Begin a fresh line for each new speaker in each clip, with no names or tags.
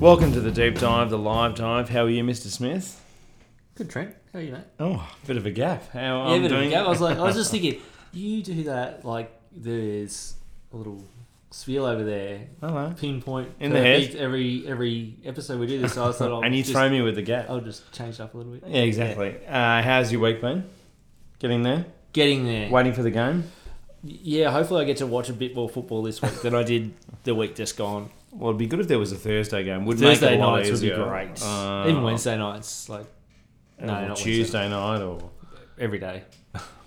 Welcome to the deep dive, the live dive. How are you, Mr. Smith?
Good, Trent. How are you, mate?
Oh, bit of a gap. How
yeah,
I'm
but
doing?
I was like, I was just thinking, you do that like there's a little spiel over there,
Hello.
pinpoint
In the
perfect Every every episode we do this, so I thought I'll
And you
just,
throw me with the gap.
I'll just change it up a little bit.
Yeah, exactly. Uh, how's your week been? Getting there?
Getting there.
Waiting for the game?
Yeah, hopefully I get to watch a bit more football this week than I did the week just gone.
Well, it'd be good if there was a Thursday game. Would
Thursday
make it a lot
nights would be
easier.
great.
Uh,
Even Wednesday nights, like
or
no, not Wednesday.
Tuesday night or
every day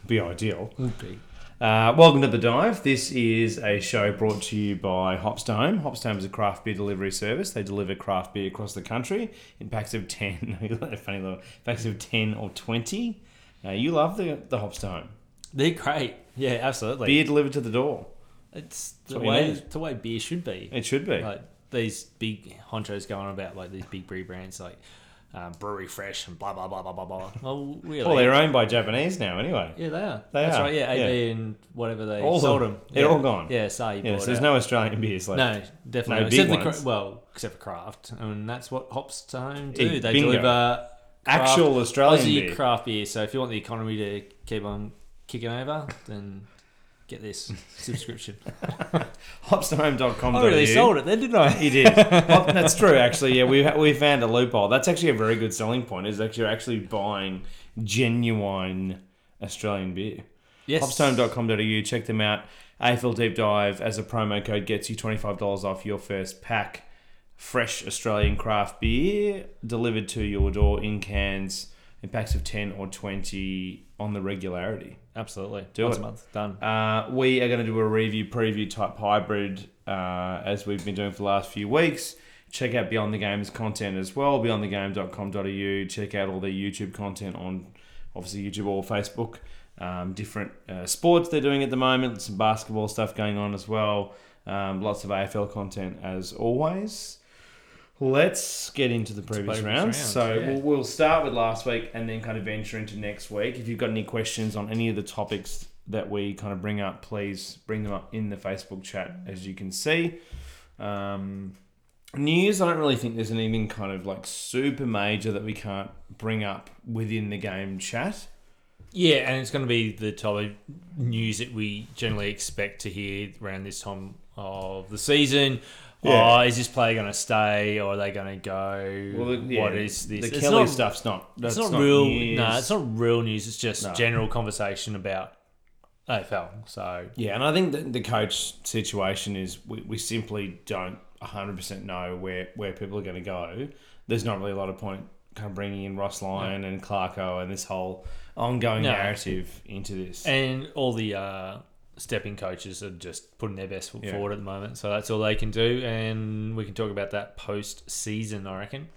be ideal.
would be.
Uh, welcome to The Dive. This is a show brought to you by Hopstone. Hopstone is a craft beer delivery service. They deliver craft beer across the country in packs of 10. You got a funny little packs of 10 or 20. Uh, you love the, the Hopstone.
They're great. Yeah, absolutely.
Beer delivered to the door.
It's the
what we
way
need.
the way beer should be.
It should be.
like these big honchos going on about like these big brew brands like um, Brewery Fresh and blah blah blah blah blah blah. Well, really?
Well, they're owned by Japanese now, anyway.
yeah, they are.
They
That's
are,
right. Yeah,
yeah.
AB and whatever they
All of
sold
them.
them.
They're
Yeah.
all gone.
Yeah, Saeed
Yes,
bought
there's
out.
no Australian beers left.
No, definitely
no
not.
big
except
ones.
the cra- well, except for craft, and that's what Hopstone do.
Yeah,
they
bingo.
deliver craft-
Actual Australian
Aussie
beer.
craft beer. So if you want the economy to keep on kicking over, then get this subscription.
Hopstone.com.au.
I Oh, really sold it then, didn't I?
He did. Well, Oh, that's true, actually. Yeah, we we found a loophole. That's actually a very good selling point. Is that you're actually buying genuine Australian beer.
Yes.
Hopstone.com.au. Check them out. AFL Deep Dive as a promo code gets you twenty five dollars off your first pack. Fresh Australian craft beer delivered to your door in cans in packs of ten or twenty on the regularity.
Absolutely.
Do
Once
it.
a month. Done.
Uh, we are going to do a review preview type hybrid uh, as we've been doing for the last few weeks. Check out Beyond the Games content as well, beyondthegame.com.au. Check out all the YouTube content on obviously YouTube or Facebook. Um, different uh, sports they're doing at the moment, some basketball stuff going on as well. Um, lots of AFL content as always. Let's get into the previous
previous
round.
round,
So
yeah.
we'll, we'll start with last week and then kind of venture into next week. If you've got any questions on any of the topics that we kind of bring up, please bring them up in the Facebook chat, as you can see. Um, news, I don't really think there's anything kind of like super major that we can't bring up within the game chat.
Yeah, and it's going to be the type of news that we generally expect to hear around this time of the season.
Yeah.
Oh, is this player going to stay or are they going to go?
Well, the- yeah,
what is this?
The
it's
Kelly
not,
stuff's not.
It's
That's
not, real.
news.
No, it's not real news. It's just
No.
general conversation about AFL. So
Yeah, and I think that the coach situation is we, we simply don't 100% know where, where people are going to go. There's not really a lot of point kind of bringing in Ross Lyon and Clarko and this whole ongoing
No.
narrative into this.
And all the uh, stepping coaches are just putting their best foot
Yeah.
forward at the moment. So that's all they can do. And we can talk about that post season, I reckon.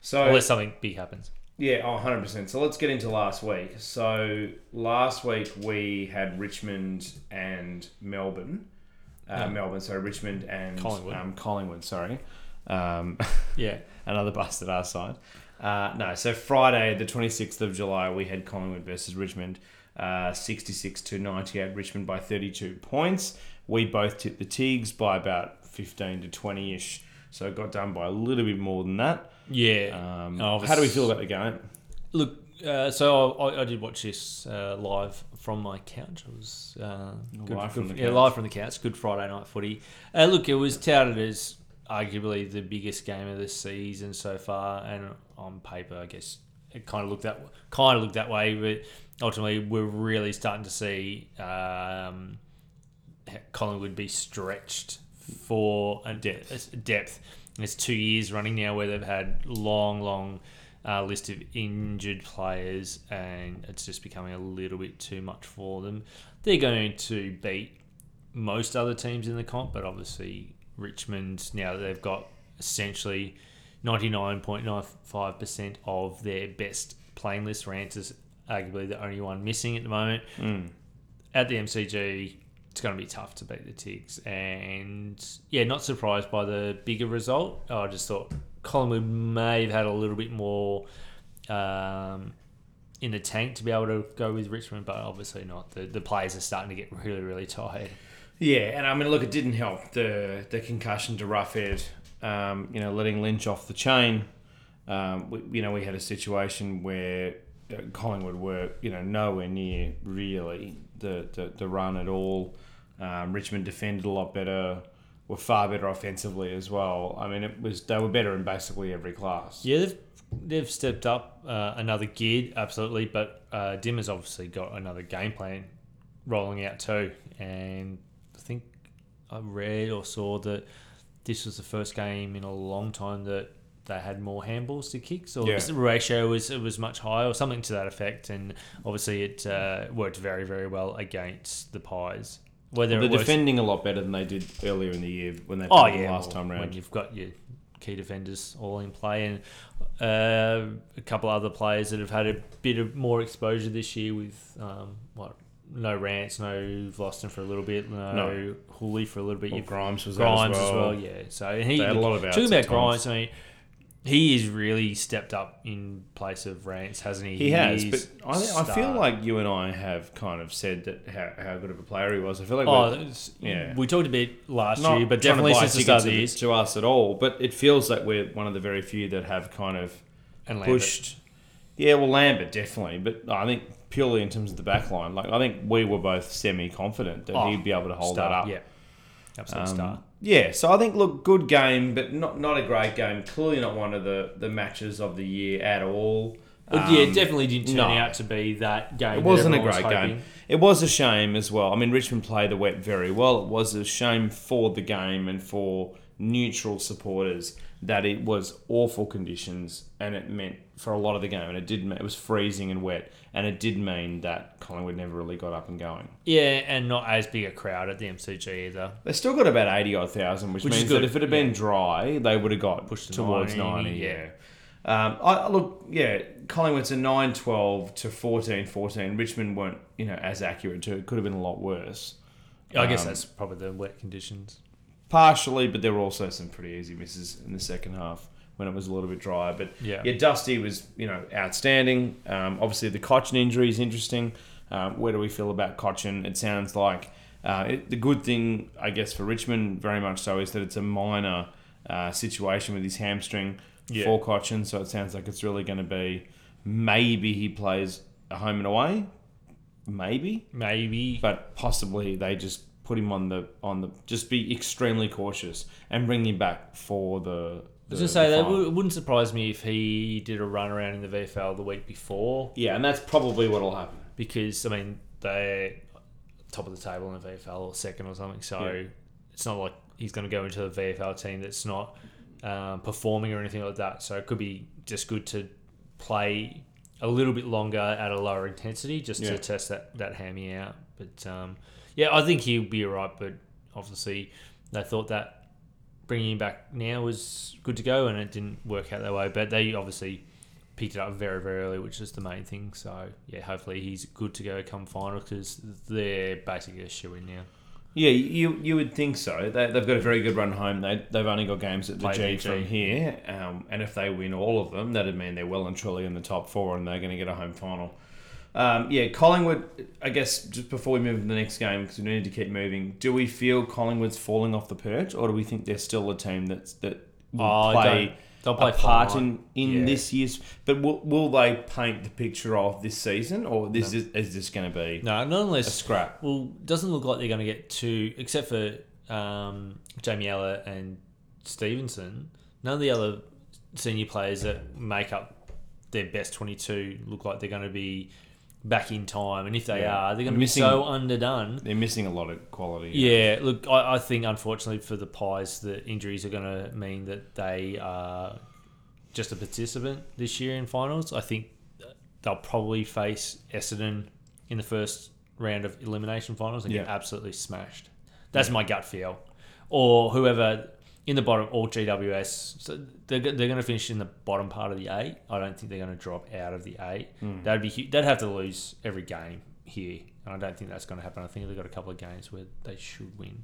so,
Unless something big happens.
yeah, oh, 100%. So let's get into last week. So last week we had Richmond and Melbourne. Uh, Melbourne, sorry, Richmond and
Collingwood.
Um, Collingwood, sorry. Um,
Yeah.
another bust at our side. Uh, no, so Friday, the 26th of July, we had Collingwood versus Richmond, uh, 66 to 98, Richmond by 32 points. We both tipped the Teagues by about 15 to 20 ish, so it got done by a little bit more than that.
Yeah.
Um,
Oh,
how do we feel about the game?
Look, uh, so I, I did watch this uh, live from my couch. It was uh, good,
Live from
good-
the
yeah,
couch.
live from the couch. Good Friday night footy. Uh, look, it was touted as arguably the biggest game of the season so far, and on paper, I guess it kind of looked that kind of looked that way. But ultimately, we're really starting to see um, Collingwood be stretched for a depth. depth. And It's two years running now where they've had long, long uh, list of injured players, and it's just becoming a little bit too much for them. They're going to beat most other teams in the comp, but obviously Richmond now that they've got essentially ninety nine point nine five percent of their best playing list. Rance is arguably the only one missing at the moment at the MCG, it's going to be tough to beat the Tigs. And yeah, not surprised by the bigger result. I just thought Collingwood may have had a little bit more um, in the tank to be able to go with Richmond, but obviously not. The, the players are starting to get really, really tired.
Yeah, and I mean, look, it didn't help the the concussion to Roughhead um, you know, letting Lynch off the chain. Um, we, you know, we had a situation where uh, Collingwood were, you know, nowhere near really the, the, the run at all. Um, Richmond defended a lot better, were far better offensively as well. I mean, it was they were better in basically every class.
Yeah, they've they've stepped up uh, another gear, absolutely. But uh, Dimmer's obviously got another game plan rolling out too, and I think I read or saw that this was the first game in a long time that they had more handballs to kicks, or
Yeah.
the ratio was it was much higher, or something to that effect. And obviously, it uh, worked very very well against the Pies. Whether
They're
it was,
defending a lot better than they did earlier in the year when they played
Oh
them
yeah,
last
well,
time
When
round.
you've got your key defenders all in play, and uh, a couple other players that have had a bit of more exposure this year with um, what no Rance, no Vlosten for a little bit, no,
No.
Hooley for a little bit.
Well,
You've-
Grimes was out
Grimes as well. yeah. So and he
They had a lot of outs
talking about
at times.
Grimes. I mean, he has really stepped up in place of Rance, hasn't he?
He has,
is
but I, I feel
star.
like you and I have kind of said that how, how good of a player he was. I feel like
Oh,
we're
it's-
yeah.
we talked a bit last
not
year, but
trying to
definitely
buy
since the start of the year.
tickets to, to us at all. But it feels like we're one of the very few that have kind of
And Lambert.
pushed. Yeah, well, Lambert definitely, but I think purely in terms of the back line, like I think we were both semi-confident that
Oh,
he'd be able to hold
star,
that up.
Yeah, absolute
Um,
star.
Yeah, so I think look, good game, but not not a great game. Clearly not one of the, the matches of the year at all.
But
Um,
yeah, it definitely didn't turn
no.
out to be that game.
It wasn't a great game. It was a shame as well. I mean, Richmond played the wet very well. It was a shame for the game and for neutral supporters that it was awful conditions and it meant for a lot of the game and it did mean it was freezing and wet and it did mean that Collingwood never really got up and going.
Yeah, and not as big a crowd at the MCG either.
They still got about eighty odd thousand, which,
Which is
means that
good,
if it had been dry, they would have got
Pushed to
towards 90.
90,
yeah. Um, I look, yeah. Collingwood's a 9-12 to 14-14. Richmond weren't, you know, as accurate too. It could have been a lot worse.
I guess
Um,
that's probably the wet conditions.
partially, but there were also some pretty easy misses in the second half when it was a little bit drier. But
Yeah.
Dusty was you know outstanding. Um, obviously, the Cochin injury is interesting. Um, where do we feel about Cochin? It sounds like uh, it, the good thing, I guess, for Richmond very much so is that it's a minor uh, situation with his hamstring
Yeah.
for Cochin. So it sounds like it's really going to be maybe he plays a home and away, maybe
Maybe.
but possibly they just put him on the on the just be extremely cautious and bring him back for the.
I
the
was going to say,
the
that
final.
w- it wouldn't surprise me if he did a run around in the VFL the week before
Yeah, and that's probably what'll happen.
because, I mean, they're top of the table in the VFL or second or something. So
Yeah.
it's not like he's going to go into a VFL team that's not um, performing or anything like that. So it could be just good to play a little bit longer at a lower intensity just
Yeah.
to test that, that hammy out. But um, yeah, I think he'll be all right. But obviously, they thought that bringing him back now was good to go and it didn't work out that way. But they obviously picked it up very, very early, which is the main thing. So yeah, hopefully he's good to go come final because they're basically a shoe in now.
Yeah, you you would think so. They, they've got a very good run home. They they've only got games at the
Play
G
the G.
from here, um, and if they win all of them, that'd mean they're well and truly in the top four, and they're going to get a home final. Um, yeah, Collingwood. I guess just before we move to the next game, because we need to keep moving. Do we feel Collingwood's falling off the perch, or do we think they're still a team that's that will
Oh,
play?
don't- they'll
a
play
part
fine.
in, in
Yeah.
this year's. But will, will they paint the picture of this season, or this is, is this going to be
No, not
a
unless
scrap?
Well, doesn't look like they're going to get two, except for um, Jamie Eller and Stevenson. None of the other senior players that make up their best 22 look like they're going to be back in time. And if they
Yeah.
are, they're going to
Missing-
be so underdone.
They're missing a lot of quality.
Yeah, look, I, I think unfortunately for the Pies, the injuries are going to mean that they are just a participant this year in finals. I think they'll probably face Essendon in the first round of elimination finals and get
Yeah.
absolutely smashed. That's my gut feel. Or whoever in the bottom, or GWS. So they're, go- they're going to finish in the bottom part of the eight. I don't think they're going to drop out of the eight.
Hmm.
That'd be hu- they'd have to lose every game here, and I don't think that's going to happen. I think they've got a couple of games where they should win,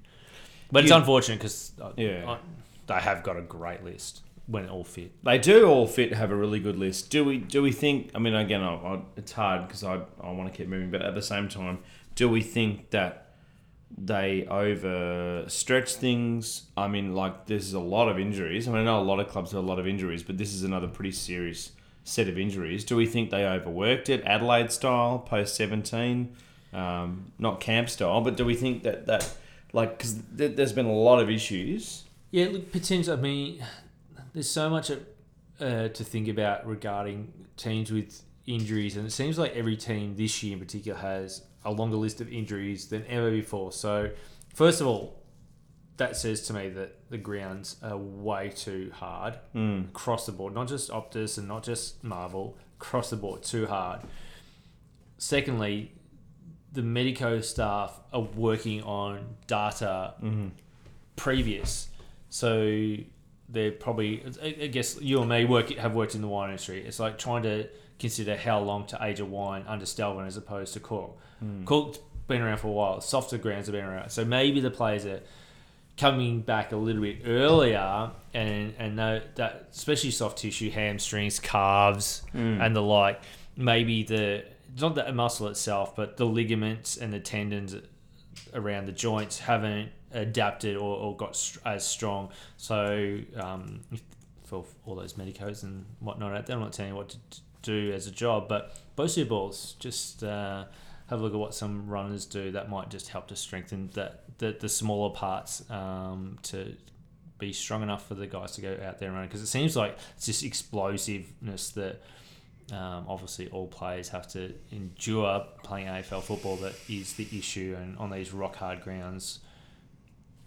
but it's
You-
unfortunate because
Yeah.
they have got a great list when it all fit.
They do all fit have a really good list. Do we? Do we think? I mean, again, I, I, it's hard because I, I want to keep moving, but at the same time, do we think that they overstretch things. I mean, like this is a lot of injuries. I mean, I know a lot of clubs have a lot of injuries, but this is another pretty serious set of injuries. Do we think they overworked it, Adelaide style, post seventeen, um, not camp style? But do we think that that like because th- there's been a lot of issues.
Yeah, look, potential. I mean, there's so much uh, to think about regarding teams with injuries, and it seems like every team this year in particular has a longer list of injuries than ever before. So, first of all, that says to me that the grounds are way too hard
Mm.
across the board, not just Optus and not just Marvel, across the board, too hard. Secondly, the Medico staff are working on data previous. So they're probably, I I guess you and me work have worked in the wine industry. It's like trying to consider how long to age a wine under Stelvin as opposed to cork. Cork's been around for a while. Softer grounds have been around. So maybe the players are coming back a little bit earlier and and tho- that especially soft tissue hamstrings calves and the like maybe the not the muscle itself but the ligaments and the tendons around the joints haven't adapted or, or got str- as strong so um, for all those medicos and whatnot out there I'm not telling you what to d- do as a job but both your balls just uh, have a look at what some runners do that might just help to strengthen that the, the smaller parts um, to be strong enough for the guys to go out there and run because it seems like it's just explosiveness that um, obviously all players have to endure playing AFL football that is the issue and on these rock hard grounds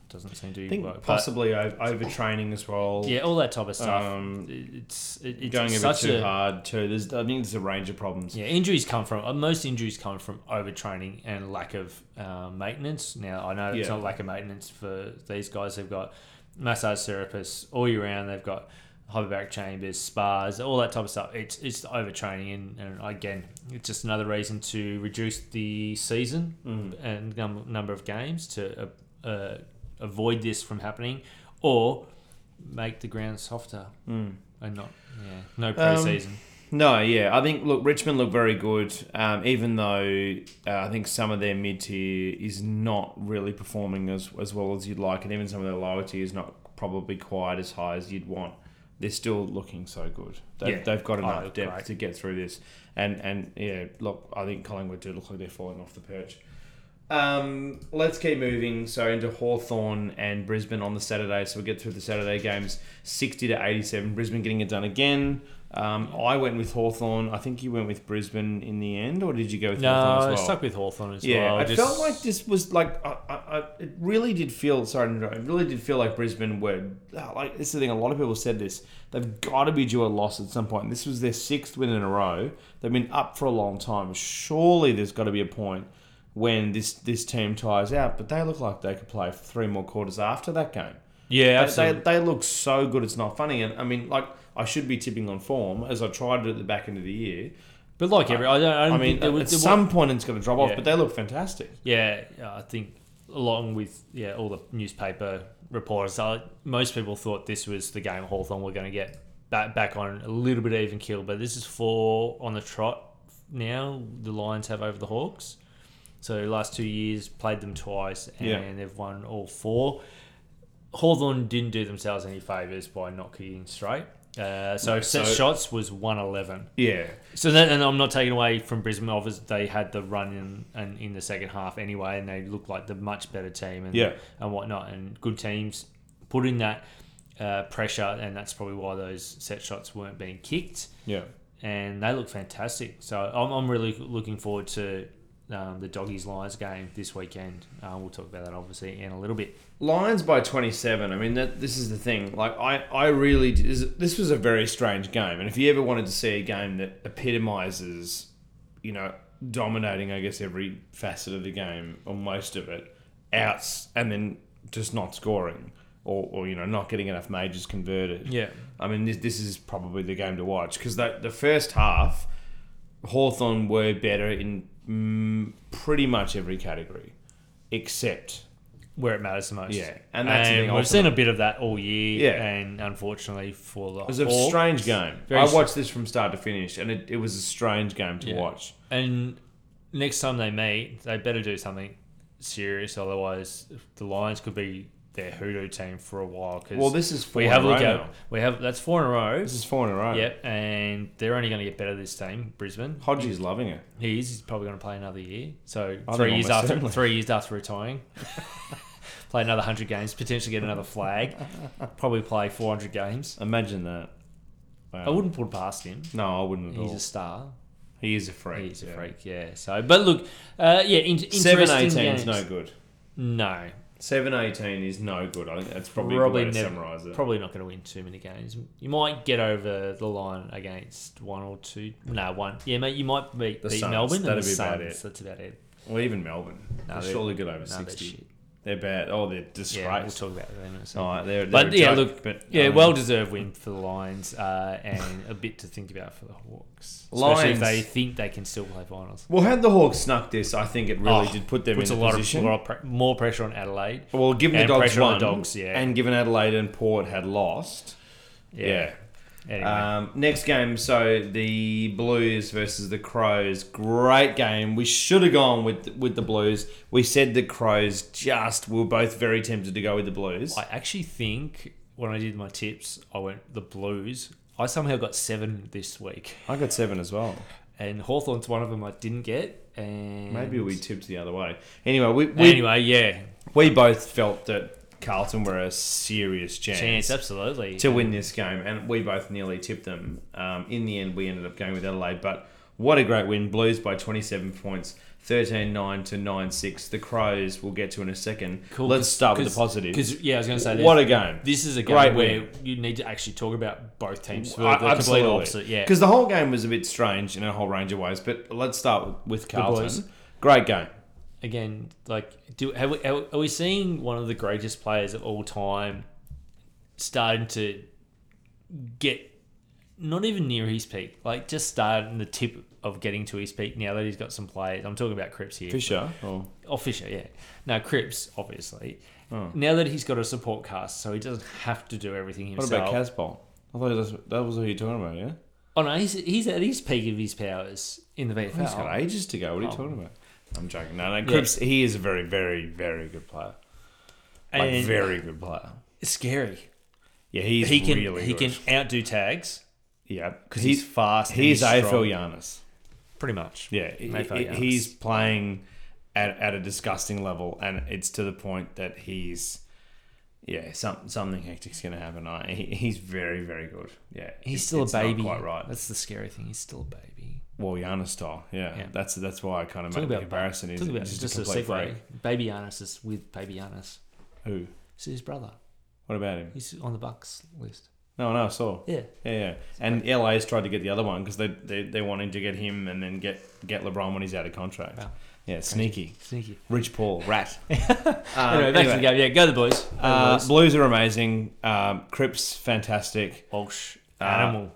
doesn't seem to
I think
work But,
possibly o overtraining as well.
yeah all that type of stuff
Um,
It- it's it, it's
going a bit
such
too
a
hard too. There's, I think there's a range of problems.
Yeah, injuries come from uh, most injuries come from overtraining and lack of um, maintenance. Now I know it's
Yeah.
not lack of maintenance for these guys. They've got massage therapists all year round. They've got hyperbaric chambers, spas, all that type of stuff. It's it's the overtraining, and, and again, it's just another reason to reduce the season
Mm-hmm.
and num- number of games to uh, uh, avoid this from happening, or make the ground softer
Mm.
and not yeah no
Um,
preseason.
No, yeah, I think look, Richmond look very good. Um, even though uh, I think some of their mid tier is not really performing as as well as you'd like, and even some of their lower tier is not probably quite as high as you'd want. They're still looking so good. They've,
Yeah.
they've got
Oh,
enough
look
depth
great.
to get through this. And and yeah, look, I think Collingwood do look like they're falling off the perch. Um, let's keep moving. So into Hawthorn and Brisbane on the Saturday. So we get through the Saturday games 60 to 87. Brisbane getting it done again. Um, I went with Hawthorn. I think you went with Brisbane in the end, or did you go with
No,
Hawthorn
I
as well?
stuck with Hawthorn as
yeah,
well.
I
Just-
felt like this was like I, I, I, it really did feel. Sorry, to interrupt, it really did feel like Brisbane were ah, like this is the thing. A lot of people said this. They've got to be due a loss at some point. This was their sixth win in a row. They've been up for a long time. Surely there's got to be a point when this this team tires out. But they look like they could play for three more quarters after that game.
yeah,
They,
absolutely.
they, they look so good. It's not funny. And I mean, like I should be tipping on form as I tried it at the back end of the year.
but like every, I don't, I
I
don't think
mean,
there
at
was, there
some
was
point it's going to drop off,
Yeah.
but they look fantastic.
yeah, yeah, I think along with yeah all the newspaper reporters, I, most people thought this was the game Hawthorn were going to get back back on a little bit even keel. But this is four on the trot now. The Lions have over the Hawks. So last two years played them twice and
Yeah.
they've won all four. Hawthorn didn't do themselves any favours by not kicking straight. Uh, so
so-
set shots was one eleven.
Yeah.
So that, and I'm not taking away from Brisbane. Obviously, they had the run in and in the second half anyway, and they looked like the much better team and
Yeah.
and whatnot. And good teams put in that uh, pressure, and that's probably why those set shots weren't being kicked.
Yeah.
And they look fantastic. So I'm, I'm really looking forward to um, the Doggies Lions game this weekend. Uh, we'll talk about that obviously in a little bit.
Lions by 27. I mean, that this is the thing. Like, I, I really. did- This, this was a very strange game. And if you ever wanted to see a game that epitomizes, you know, dominating, I guess, every facet of the game or most of it, outs and then just not scoring or, or you know, not getting enough majors converted. I mean, this, this is probably the game to watch because the first half, Hawthorn were better in mm, pretty much every category except.
where it matters the most.
Yeah, and that's the
And
thing
we've seen a bit of that all year.
Yeah.
and unfortunately for the
It was a
Hawks-
strange game.
Very
I
str-
watched this from start to finish, and it, it was a strange game to
Yeah.
watch.
And next time they meet, they better do something serious. Otherwise, the Lions could be their hoodoo team for a while. Cause
Well, this is four
we have
in a
a look
row
at
now.
we have that's four in a row.
This is four in a row.
Yep, and they're only going to get better this team, Brisbane.
Hodgie's loving it.
He is. He's probably going to play another year. So
I think
three years
almost
after
certainly.
three years after retiring, play another hundred games, potentially get another flag, probably play four hundred games.
Imagine that. Wow.
I wouldn't put it past him.
No, I wouldn't at
He's
all.
a star.
he is a freak.
He's a
Oh. yeah.
freak. Yeah. So, but look, uh, yeah, in, interesting
Seven eighteen
games.
is no good.
no,
Seven eighteen is no good. I think that's probably, a good way
never-
to summarise it.
Probably not going to win too many games. You might get over the line against one or two. No, one. Yeah, mate. You might beat,
The
beat
Suns,
Melbourne.
that'd
and the
be about
Suns,
it.
That's about it.
Or even Melbourne.
No,
they
they're-
surely get over
No, that's
sixty.
shit.
They're bad. Oh, they're
Yeah, we'll
disgraced.
talk about that in a second.
All right, they're, Oh, they're
But
a joke,
yeah, look,
but,
yeah,
um,
well deserved win for the Lions, uh, and a bit to think about for the Hawks. Especially
Lions.
if they think they can still play finals.
Well, had the Hawks snuck this, I think it really
Oh,
did put them in
puts
a
a lot
position.
of, lot of pre- more pressure on Adelaide.
well, given the
and
dogs
pressure on
won,
the Dogs, yeah.
and given Adelaide and Port had lost, yeah.
Anyway,
Um, next game, so the Blues versus the Crows. Great game. We should have gone with with the Blues. We said the Crows. Just we were both very tempted to go with the Blues.
I actually think when I did my tips, I went the Blues. I somehow got seven this week,
I got seven as well.
and Hawthorn's one of them I didn't get. And
Maybe we tipped the other way. Anyway, we we,
anyway, yeah,
we both felt that Carlton were a serious
chance absolutely.
to win this game, and we both nearly tipped them. Um, in the end, we ended up going with Adelaide, but what a great win. Blues by 27 points, 13 9 to 9 6. The Crows we'll get to in a second.
Cool,
Let's
'cause-
start with the
'cause-
positives.
'cause, yeah, I was going to say
What
what
a game.
this is a game
Great
where
win.
you need to actually talk about both teams for
I-
the complete opposite. Yeah,
Because the whole game was a bit strange in a whole range of ways, but let's start with
Blues.
Carlton. Great game.
again, like, do have we, are are we seeing one of the greatest players of all time starting to get not even near his peak, like just starting the tip of getting to his peak now that he's got some players. I'm talking about Cripps here.
Fisher. Oh.
Oh, Fisher, yeah. No, Cripps, obviously.
Oh.
Now that he's got a support cast, so he doesn't have to do everything
What
himself.
about Casbolt? I thought that's- that was who you're talking about, yeah?
Oh no, he's, he's at his peak of his powers in the VFL.
He's got ages to go. What are you
Oh.
talking about? I'm joking. No, no. Cripps, he is a very, very, very good player. Like,
And-
very good player.
It's scary.
Yeah, he's
He can
really
he
good.
can outdo tags
yeah, because
because he's
he's
fast. and
he's,
strong.
AFL Giannis.
pretty much.
Yeah, he-
AFL
he-
Giannis.
he's playing at, at a disgusting level, and it's to the point that he's yeah, some, something hectic's going to happen. I, he, he's very very good. Yeah,
He's
It-
still
it's not
a baby.
quite right.
That's the scary thing. He's still a baby.
Well, Giannis style. Yeah,
Yeah.
that's that's why I kind of
Talk
made the
about
comparison. Is
Talk about
just,
just,
a
a
complete
segue.
freak.
Baby Giannis is with Baby Giannis.
Who?
It's his brother.
What about him?
He's on the Bucks list.
No, no, I saw.
Yeah.
Yeah, yeah. And LA's tried to get the other one because they, they they wanted to get him and then get get LeBron when he's out of contract.
Wow.
Yeah, sneaky.
Sneaky.
Rich Paul, rat. Um,
Uh, anyway, back to the game. Yeah, go the boys. Go the
Uh,
boys.
Blues are amazing. Um, Crips, fantastic.
Walsh.
uh,
Animal.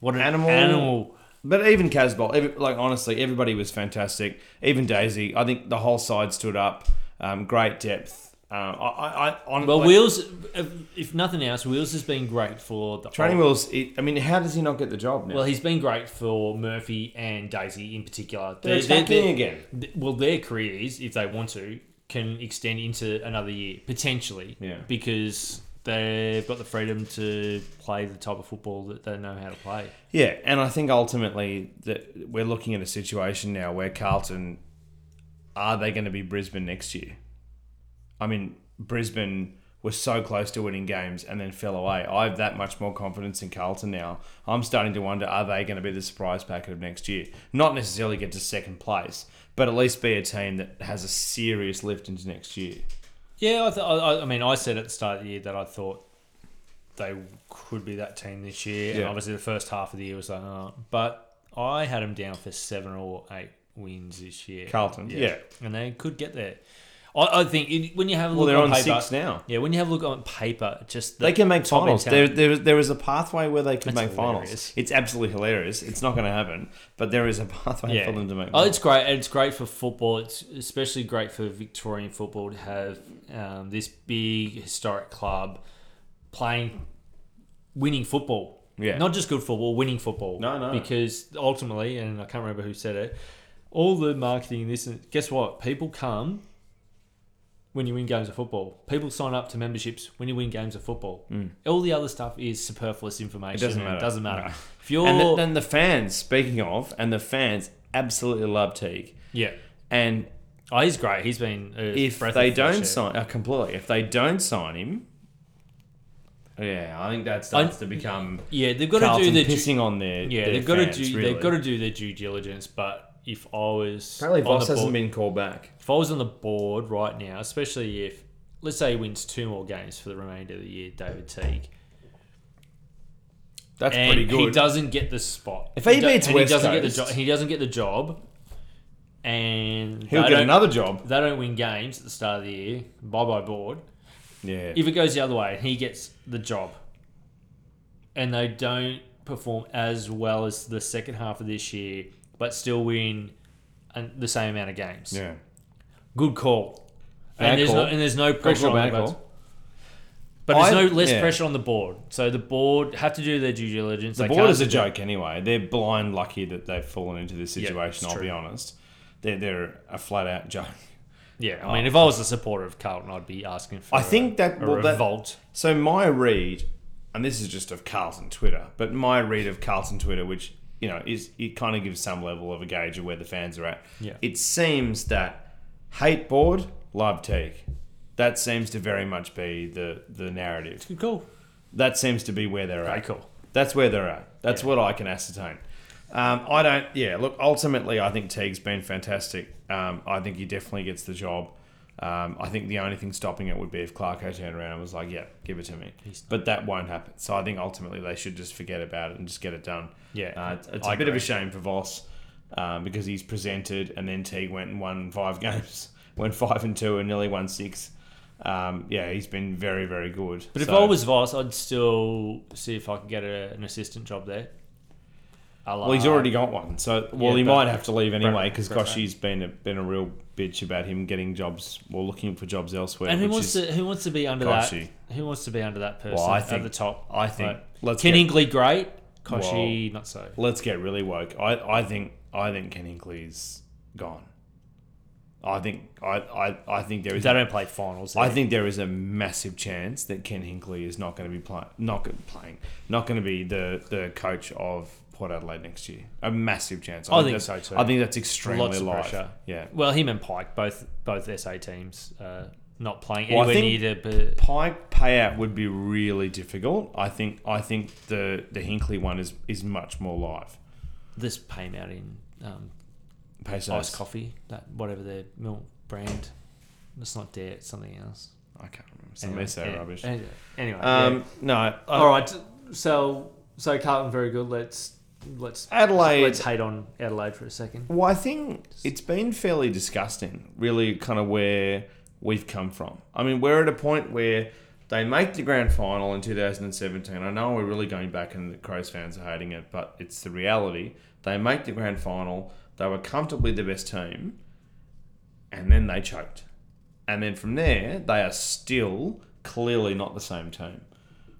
What an
Animal.
animal. Animal.
But even Casbolt, every, like honestly, everybody was fantastic. Even Daisy, I think the whole side stood up. Um, great depth. Um, I, I, I on,
Well,
like,
Wheels, if if nothing else, Wheels has been great for the
training
whole-
wheels. It, I mean, how does he not get the job now?
Well, he's been great for Murphy and Daisy in particular.
they're
They- they-
attacking
they-
again.
th- well, their careers, if they want to, can extend into another year potentially.
Yeah.
Because they've got the freedom to play the type of football that they know how to play.
Yeah, and I think ultimately that we're looking at a situation now where Carlton are they going to be Brisbane next year? I mean, Brisbane were so close to winning games and then fell away. I have that much more confidence in Carlton now. I'm starting to wonder are they going to be the surprise packet of next year? Not necessarily get to second place, but at least be a team that has a serious lift into next year.
Yeah, I, th- I- I, I mean, I said at the start of the year that I thought they could be that team this year, and
Yeah.
obviously the first half of the year was like, oh. but I had them down for seven or eight wins this year.
Carlton, yeah.
and they could get there. I, I think it, when you have a
Well,
look
they're
on,
on
paper,
six now.
yeah, when you have a look on paper, just the,
They can make
top
finals.
end talent.
There, there, there is a pathway where they could
That's
make finals.
hilarious.
It's absolutely hilarious. It's not going to happen, but there is a pathway
yeah.
for them to make.
oh,
Finals.
it's great. And it's great for football. It's especially great for Victorian football to have um, this big historic club playing, winning football.
Yeah.
Not just good football, winning football.
No, no.
Because ultimately, and I can't remember who said it, all the marketing, this, and guess what? People come when you win games of football. People sign up to memberships when you win games of football. All the other stuff is superfluous information.
Mm. It doesn't
and
matter.
doesn't matter.
No.
If you're
And the, then the fans, speaking of, and the fans absolutely love Teague.
yeah,
And
oh, he's great. He's been a
if
breath of
they
fresh
don't
air.
sign, uh, completely, if they don't sign him, yeah, I think that starts to become
yeah, they've got
Carlton
to do their due,
pissing on their
yeah,
their
they've got to
fans,
do
really.
they've got to do their due diligence. But if I was
Apparently,
on
Voss
the
hasn't
board,
been called back.
if I was on the board right now, especially if let's say he wins two more games for the remainder of the year, David Teague.
That's
and
pretty good.
He doesn't get the spot.
If he
do-
beats
and
West
he doesn't get the
Coast-
job. He doesn't get the job, and
He'll
they
get
don't-
another job.
They don't win games at the start of the year. Bye bye board.
Yeah.
If it goes the other way, and he gets the job, and they don't perform as well as the second half of this year, but still win an, the same amount of games.
yeah.
Good call.
Bad
And there's,
call.
No, and there's no pressure
call,
on
bad
the board.
call.
But there's
I-
no less
yeah.
pressure on the board. So the board have to do their due diligence.
The
They
board
can't
is a
do that.
joke anyway. They're blind lucky that they've fallen into this
Yeah,
situation,
it's
I'll be
true.
honest. They're, they're a flat out joke.
Yeah, I mean, if I was a supporter of Carlton, I'd be asking for.
Oh. I think that-
a
well, that-
revolt.
So my read, and this is just of Carlton Twitter, but my read of Carlton Twitter, which you know is it kind of gives some level of a gauge of where the fans are at.
Yeah.
It seems that hate board, love take. That seems to very much be the the narrative.
Good call.
That seems to be where they're at.
Very cool.
That's where they're at. That's what I can ascertain. Um, I don't. Yeah. Look. Ultimately, I think Teague's been fantastic. Um, I think he definitely gets the job. Um, I think the only thing stopping it would be if Clarko turned around and was like, "Yeah, give it to me." But that won't happen. So I think ultimately they should just forget about it and just get it done.
Yeah,
Uh, it's it's a
I
bit of a
agree.
shame for Voss um, because he's presented and then Teague went and won five games, went five and two and nearly won six. Um, yeah, he's been very very good.
But if
So-
I was Voss, I'd still see if I could get a, an assistant job there. A la-
Well, he's already got one, so well,
Yeah,
he
but-
might have to leave anyway
Right,
because
right,
gosh, he's been a, been a real bitch about him getting jobs or looking for jobs elsewhere.
And who
which
wants
is,
to? Who wants to be under
Koshy.
that? Who wants to be under that person
Well, I
at
think-
the top?
I think
Right.
let's
Ken
get-
Ingley, great. Koshy, not so.
Let's get really woke. I, I think I think Ken Hinckley's gone. I think I, I, I think there is.
They don't play finals.
I
there.
think there is a massive chance that Ken Hinkley is not going to be play, not gonna, playing, not going to be the, the coach of Port Adelaide next year. A massive chance.
I think
that's-
so too.
I think that's extremely
Lots of
live.
pressure.
Yeah.
Well, him and Pike, both both SA teams, uh, not playing
Well, I
anywhere
think-
near the. but-
Pike payout would be really difficult. I think I think the the Hinkley one is is much more live.
This came out in um,
Pesos.
iced coffee, that whatever their milk brand. It's not dare, it's something else.
I can't remember. Some miso
yeah,
rubbish.
Anyway, anyway, yeah.
um, no. uh,
all right. So so Carlton very good. Let's let's
Adelaide.
let's hate on Adelaide for a second.
Well, I think it's been fairly disgusting, really, kind of where we've come from. I mean, we're at a point where they make the grand final in 2017. I know we're really going back, and the Crows fans are hating it, but it's the reality. They make the grand final, they were comfortably the best team, and then they choked. And then from there, they are still clearly not the same team.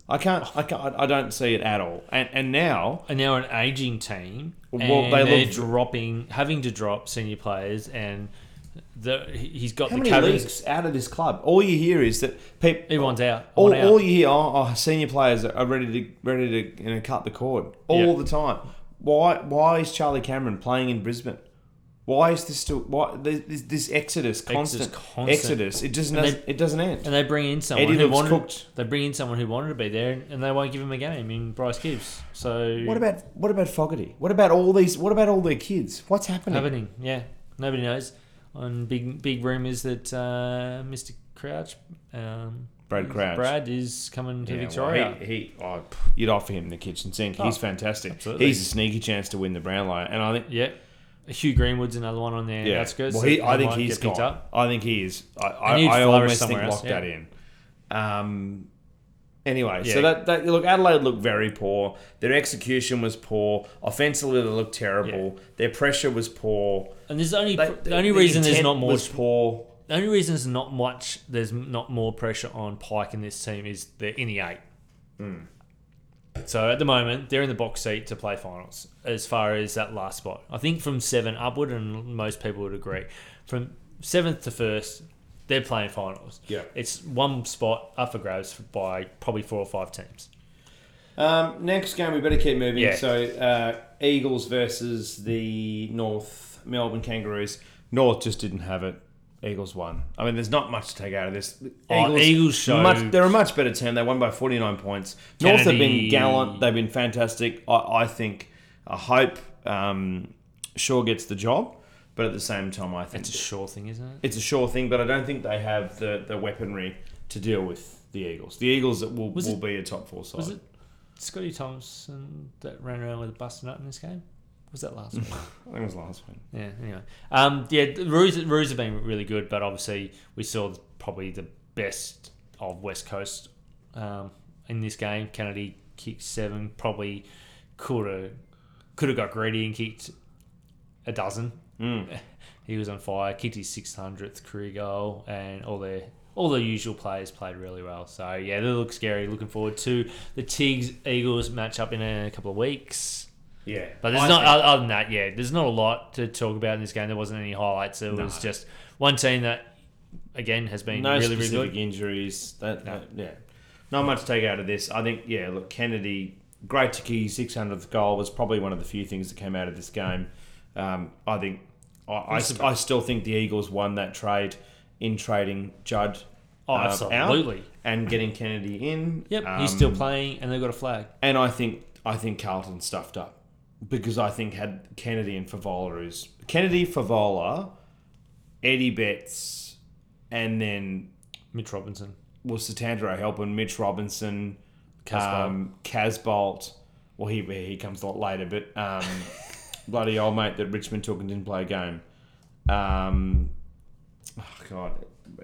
I can't, I can't, I don't see it at all. And and now,
And now an aging team.
Well,
and
they
they are
look-
dropping, having to drop senior players, and the, he- he's got
how
the
many
covers.
leagues out of this club? All you hear is that people,
Everyone's out.
All,
One out.
all you hear are, oh, senior players are ready to ready to you know, cut the cord all
Yeah.
the time. Why why is Charlie Cameron playing in Brisbane? Why is this still why this, this- this exodus constant
constant.
exodus? It doesn't
And they-
it doesn't end.
and they bring in someone
Eddie
who
looks
wanted.
cooked.
They bring in someone who wanted to be there, and, and they won't give him a game in Bryce Gibbs. So
What about what about Fogarty? What about all these? What about all their kids? What's happening?
happening. Yeah, nobody knows. On big big rumors that uh, Mr. Crouch, um,
Brad Crouch.
Brad is coming to
Yeah, well,
Victoria.
he, he oh, pff, you'd offer him the kitchen sink. He's
Oh,
fantastic.
absolutely.
He's a sneaky chance to win the Brownlow, and I think
yeah, Hugh Greenwood's another one on there.
yeah,
that's good.
Well,
So
he, I
he
think
might
he's
get picked
gone.
up.
I think he is. I, I,
And he'd
I
flourish
almost think
somewhere else,
lock that in. Um, anyway, so
Yeah.
that, that look, Adelaide looked very poor. Their execution was poor. Offensively, they looked terrible. Their pressure was poor.
And there's only
They-
the only reason there's
intent
not more
was poor.
the only reason there's not much there's not more pressure on Pike in this team is they're in the eight. Hmm. So at the moment they're in the box seat to play finals as far as that last spot. I think from seven upward, and most people would agree, from seventh to first, They're playing finals.
Yeah.
It's one spot up for grabs by probably four or five teams.
Um, next game, we better keep moving.
Yeah.
So, uh, Eagles versus the North Melbourne Kangaroos. North just didn't have it. Eagles won. I mean, there's not much to take out of this.
Oh, Eagles showed-
much- they're a much better team. They won by 49 points. North have been
Kennedy.
gallant. They've been fantastic. I, I think. I hope um, Shaw gets the job, but at the same time, I think
It's a sure thing, isn't it?
it's a sure thing. But I don't think they have the, the weaponry to deal with the Eagles. The Eagles will,
Was
will be a top four side.
Was it Scotty Thompson that ran around with a busted nut in this game? Was that last one?
I think it was last week.
Yeah. Anyway, um, yeah, the Roos, Roos have been really good, but obviously we saw probably the best of West Coast um, in this game. Kennedy kicked seven, probably could have could have got greedy and kicked a dozen. He was on fire, kicked his six hundredth career goal, and all their all the usual players played really well. So yeah, they look scary. Looking forward to the Tigs Eagles match up in a couple of weeks.
Yeah,
But there's
I
not
think-
o- other than that, yeah. There's not a lot to talk about in this game. There wasn't any highlights. It was just one team that, again, has been
no
really really
specific
good.
injuries. That, that- yeah, not much to take out of this. I think yeah. Look, Kennedy, great to kick his 600th goal was probably one of the few things that came out of this game. Um, I think I, I, st- I still think the Eagles won that trade in trading Judd.
Oh,
um, out
absolutely.
and getting Kennedy in.
Yep, he's still
Um,
playing, and they've got a flag.
And I think I think Carlton stuffed up because I think had Kennedy and Favola is Kennedy, Favola, Eddie Betts, and then
Mitch Robinson.
was Satandro helping Mitch Robinson,
Casbolt.
um, Casbolt. Well, he he comes a lot later, but um, bloody old mate that Richmond took and didn't play a game. Um, oh God,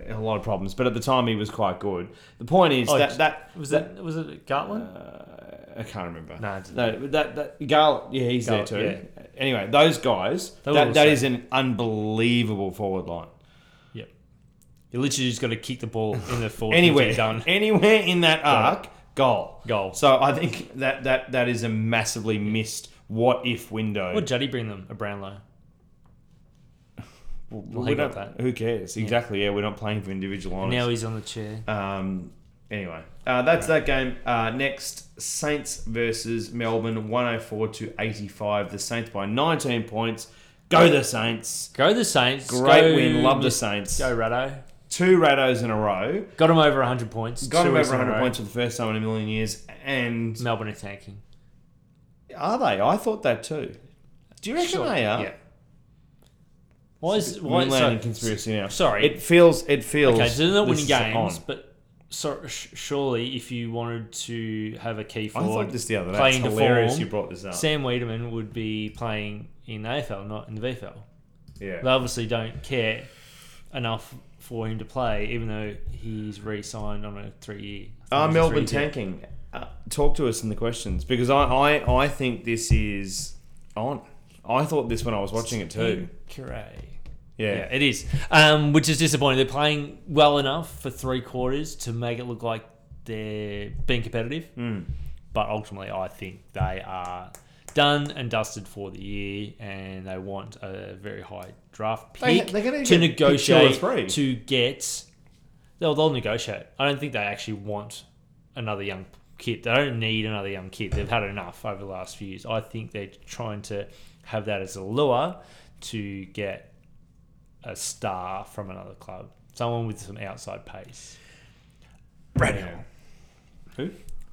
a lot of problems. But at the time, he was quite good. The point is
Oh,
that that
Was
that
that was it Gartland?
I can't remember.
No, it's-
no, but that that Garl, yeah, he's
Garl,
there too. Anyway, those guys,
They were all
that, that
set.
is an unbelievable forward line.
yep. You literally just got to kick the ball in the forward.
Anywhere,
fifty, done.
anywhere in that
Got
arc, goal,
Goal.
So I think that that that is a massively missed what if window.
What Juddy bring them? A Brownlow.
We
hang on
don't-
to that.
Who cares? Exactly. Yeah, we're not playing for individual honours.
Now he's on the chair.
Um, anyway, uh, that's that game. Uh, next, Saints versus Melbourne, 104 to 85. The Saints by 19 points. Go the Saints.
Go the Saints.
Great
Go-
win. Love the Saints.
Go Ratto.
Two Rados in a row.
Got him over 100 points.
Got
Two
him
weeks
over
in a
100
row.
points for the first time in a million years. And
Melbourne are tanking.
are they? I thought that too. Do you reckon
Sure.
they are?
Yeah. Why is why
Moon
is
landing
so-
conspiracy now.
sorry.
It feels. It feels.
Okay, so they're not
this
winning
is
games,
on.
but so, sh- surely if you wanted to have a key
I
forward
thought this the other day. It's
playing to
hilarious
form,
you brought this up.
Sam Wiedemann would be playing in the AFL, not in the VFL.
yeah.
They obviously don't care enough for him to play, even though he's re-signed on a three-year.
Are Uh, Melbourne
tanking?
tanking? Uh, talk to us in the questions because I, I, I think this is on. I thought this when I was watching it too.
Correct.
Yeah.
Yeah, it is. Um, which is disappointing. They're playing well enough for three quarters to make it look like they're being competitive. But ultimately, I think they are done and dusted for the year, and they want a very high draft
They-
pick
they're gonna
to
get pick two or
negotiate
three.
to get. They'll, they'll negotiate. I don't think they actually want another young kid. They don't need another young kid. They've had enough over the last few years. I think they're trying to have that as a lure to get a star from another club, someone with some outside pace. Brad Hill. Ah,
Who?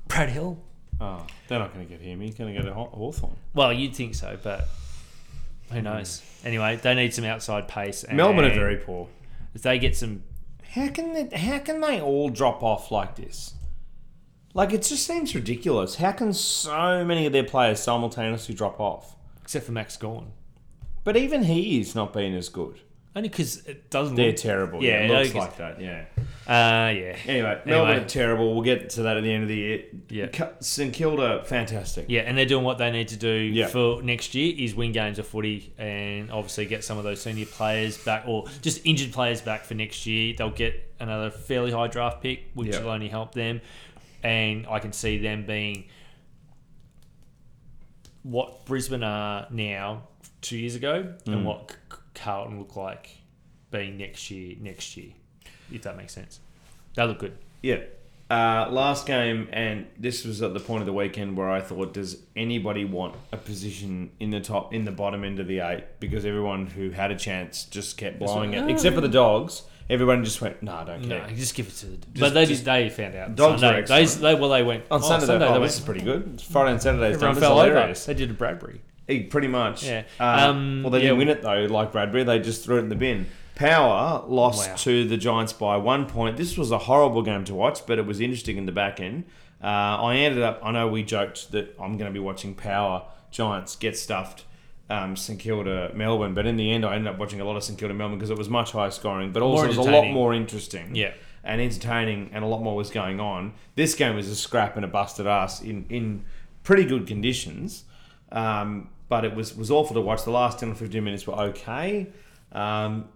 Brad Hill.
Oh, they're not going to get him. He's going to go to Haw- Hawthorn.
Well, you'd think so, but who knows? Anyway, they need some outside pace. And
Hmm. Melbourne are very poor.
If they get some,
How can they, how can they all drop off like this? Like it just seems ridiculous. How can so many of their players simultaneously drop off?
except for Max Gorn,
But even he is not being as good.
only because it doesn't.
They're
look-
terrible.
Yeah,
Yeah,
no,
it looks
because-
like that. Yeah.
Uh, yeah.
Anyway,
Anyway.
Melbourne are terrible. We'll get to that at the end of the year.
Yeah.
Cu- St Kilda, fantastic.
Yeah, and they're doing what they need to do
Yeah.
for next year is win games of footy and obviously get some of those senior players back or just injured players back for next year. They'll get another fairly high draft pick, which
Yeah.
will only help them. And I can see them being what Brisbane are now two
Mm.
years ago and what C- Carlton look like being next year next year. if that makes sense. They look good.
Yeah. Uh, last game, and this was at the point of the weekend where I thought, does anybody want a position in the top, in the bottom end of the eight? Because everyone who had a chance just kept blowing it,
what-
except for the dogs. Everyone just went, "Nah, I don't care."
"Oh." No, just give it to the.
Just-
but they
just-
just they found out.
Dogs
Sunday.
are
they,
excellent.
they well they went
On
oh,
Sunday, they
they
oh,
went,
this is pretty good. It's Friday and Saturday's done.
everyone
This
fell
is
over.
hilarious.
They did a Bradbury.
Eh, Pretty much.
Yeah.
Uh,
Um,
well, they
yeah.
didn't win it though. Like Bradbury, they just threw it in the bin. Power lost
Wow.
to the Giants by one point. This was a horrible game to watch, but it was interesting in the back end. Uh, I ended up. I know we joked that I'm going to be watching Power Giants get stuffed. Um, St Kilda Melbourne, but in the end, I ended up watching a lot of St Kilda Melbourne because it was much higher scoring, but also it was a lot
entertaining.
more interesting
Yeah.
and entertaining, and a lot more was going on. This game was a scrap and a busted ass in in pretty good conditions, um, but it was was awful to watch. The last ten or fifteen minutes were okay. Um,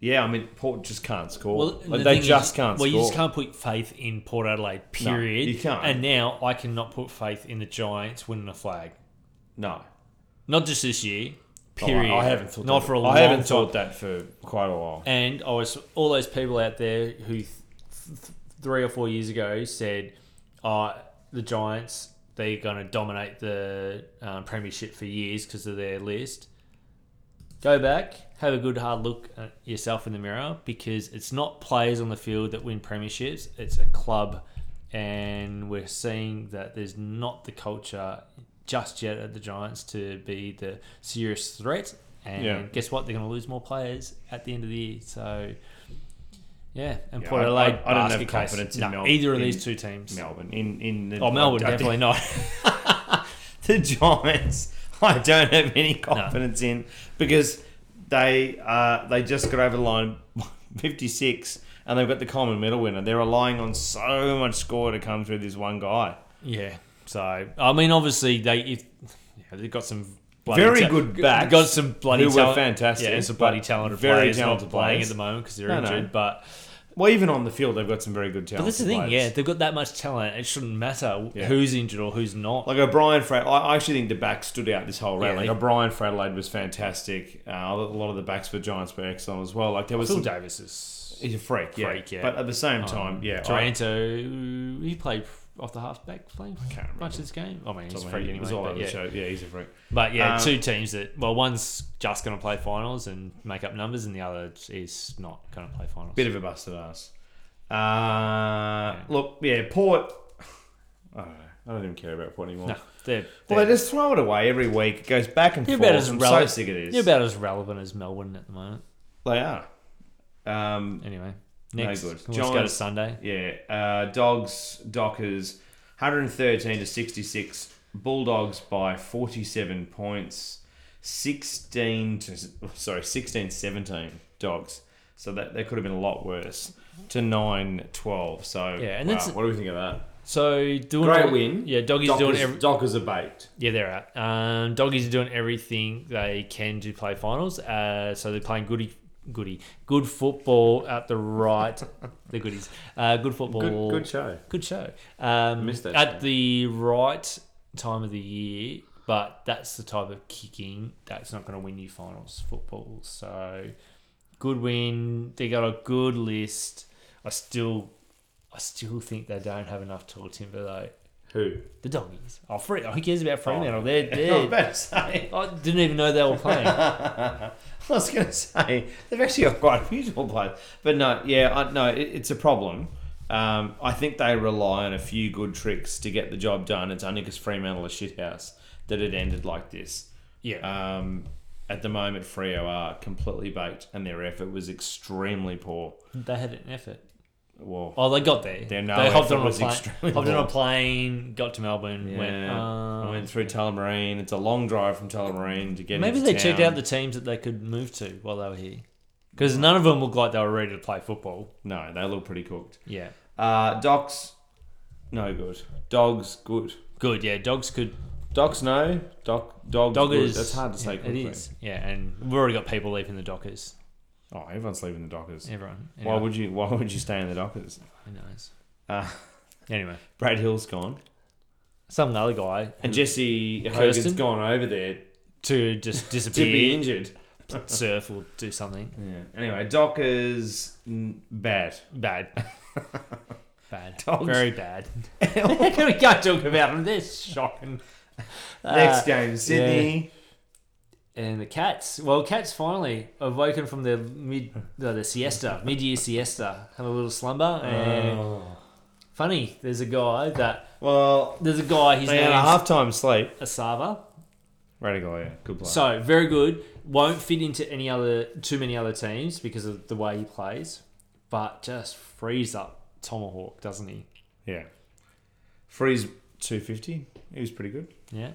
yeah, I mean Port just can't score.
Well,
Like,
the
they
thing is-
just can't
Well,
score.
you just can't put faith in Port Adelaide. Period.
you can't.
And now I cannot put faith in the Giants winning a flag.
No,
Not just this year.
Oh, I-
Period.
I haven't thought.
Not
that.
for a
I
long
haven't
time.
thought that for quite a while.
And I was all those people out there who th- th- three or four years ago said, "Oh, the Giants, they're going to dominate the um, premiership for years because of their list." Go back, have a good hard look at yourself in the mirror because it's not players on the field that win premierships; it's a club, and we're seeing that there's not the culture just yet at the Giants to be the serious threat. And
Yeah.
guess what? They're going to lose more players at the end of the year. So, yeah, and
Yeah,
Port
I- I-
Adelaide.
I don't have
basket case.
confidence in
No,
Mel-
either of
in
these two teams.
Melbourne in in the
Oh, Melbourne
I- I think
definitely not.
the Giants, I don't have any confidence in because they uh, they just got over the line 56 and they've got the common medal winner. They're relying on so much score to come through this one guy.
yeah. So I mean, obviously they if, yeah, they've got some bloody
Very
ta-
good backs
Got some bloody
who were
talent.
fantastic,
Yeah, and some
but
bloody talented
very
players
talented
not playing
players.
at the moment because they're
No, no.
injured. But
Well, even on the field, they've got some very good talent.
but that's the thing. Yeah, they've got that much talent. It shouldn't matter
Yeah.
who's injured or who's not.
Like O'Brien for I I actually think the back stood out this whole round.
Yeah,
like
he-
O'Brien for Adelaide was fantastic. Uh, a lot of the backs for Giants were excellent as well. Like there was some,
Phil Davis is
he's a freak, yeah.
Freak, yeah. Um,
But at the same time, yeah, I-
Toronto. He played off the halfback flank
can't remember.
much of this game. I mean, he's a
It
freak anyway.
was all
but
over
yeah.
the show. Yeah, he's a freak.
But yeah,
Um,
two teams that well, one's just going to play finals and make up numbers, and the other is not going to play finals.
Bit of a busted ass. Uh, Look, yeah, Port. I don't know. I don't even care about Port anymore.
no, they're,
Well, they
they're,
just throw it away every week. It goes back and
They're
forth.
about as
I'm
rele-
so sick of this.
they're about as relevant as Melbourne at the moment.
They are. Um,
Anyway, next
good.
let's go to
Giants-
Sunday.
yeah. Uh, dogs, Dockers, 113 to 66. Bulldogs by 47 points. 16 to oh, sorry 16 17 dogs so that, that could have been a lot worse to 9 12 so
Yeah, and
wow,
that's-
what do we think of that
So doing
Great
all-
win.
Yeah, doggies
Dockers,
doing every.
Dockers are baked.
Yeah, they're out. Um, doggies are doing everything they can to play finals. Uh, so they're playing goody, goody, good football at the right. the goodies, uh, good football.
show.
Good show. Um,
Missed that
at
show.
the right time of the year, but that's the type of kicking that's not going to win you finals football. So good win. They got a good list. I still, I still think they don't have enough tall timber though.
Who?
The doggies. Oh, free. Who cares about Fremantle?
Oh.
They're
I was
dead.
about to say.
I didn't even know they were playing.
I was going to say they've actually got quite a few tall players, but no, yeah, I, no, it, it's a problem. Um, I think they rely on a few good tricks to get the job done. It's only because Fremantle is shithouse that it ended like this.
Yeah.
Um, at the moment, Frio are completely baked, and their effort was extremely poor.
they had an effort.
Well,
Oh, they got there.
Their
They
no
hopped
effort
on a
was
plane.
extremely
Hopped on
poor.
a plane. Got to Melbourne.
yeah,
Went.
I
Uh,
went through Tullamarine. It's a long drive from Tullamarine to get.
Maybe
into
they checked
town.
out the teams that they could move to while they were here. Because none of them looked like they were ready to play football.
No, they look pretty cooked.
Yeah.
Uh, docs, no good. Dogs, good.
Good, yeah. Dogs could.
Docs, no. Doc, dogs,
Doggers.
good. That's hard to say.
yeah, It
quickly.
is. Yeah, and we've already got people leaving the Dockers.
Oh, everyone's leaving the Dockers.
Everyone.
Why
Anyway,
would you? Why would you stay in the Dockers?
Who knows?
Uh,
Anyway,
Brad Hill's gone,
some other guy
and Jesse Hogan's
Kirsten?
gone over there
to just
to be
disappear.
injured.
surf or do something.
Yeah. Anyway, Dockers mm, bad.
Bad. Bad.
Dogs.
Very bad. we can't talk about them. They're shocking. Uh,
Next game, Sydney.
And the cats. Well, cats finally awoken from their mid, no, their siesta, mid-year siesta, have a little slumber. And
Oh.
funny, there's a guy that
Well,
there's a guy. His
they had a
name's
halftime sleep.
Asava.
Right, go yeah. Good play.
So very good. Won't fit into any other too many other teams because of the way he plays, but just frees up Tomahawk, doesn't he?
yeah. Freeze 250. He was pretty good.
Yeah.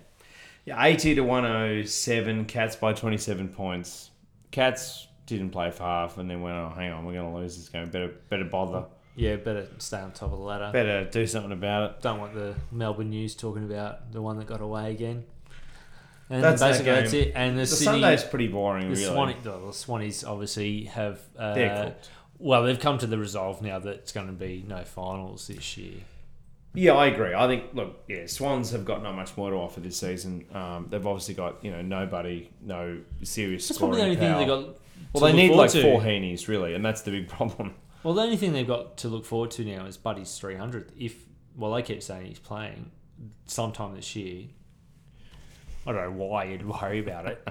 Yeah, 80 to 107. Cats by 27 points. Cats didn't play for half and then went, oh, hang on, we're going to lose this game. Better, better bother.
Yeah, better stay on top of the ladder.
Better do something about it.
Don't want the Melbourne News talking about the one that got away again. And
That's that
basically
game.
that's it. And the,
The
Sydney,
Sunday's pretty boring,
the
really.
Swannies, the Swannies obviously have. Uh,
They're cooked.
Well, they've come to the resolve now that it's going to be no finals this year.
Yeah, I agree. I think look, yeah, Swans have got not much more to offer this season. Um, they've obviously got you know nobody, no serious.
That's
scoring
probably the only thing
power.
they got. to
Well, they
look
need
forward
like
to.
four Heenies really, and that's the big problem.
Well, the only thing they've got to look forward to now is Buddy's 300th. If, well, they keep saying he's playing sometime this year. I don't know why you'd worry about it.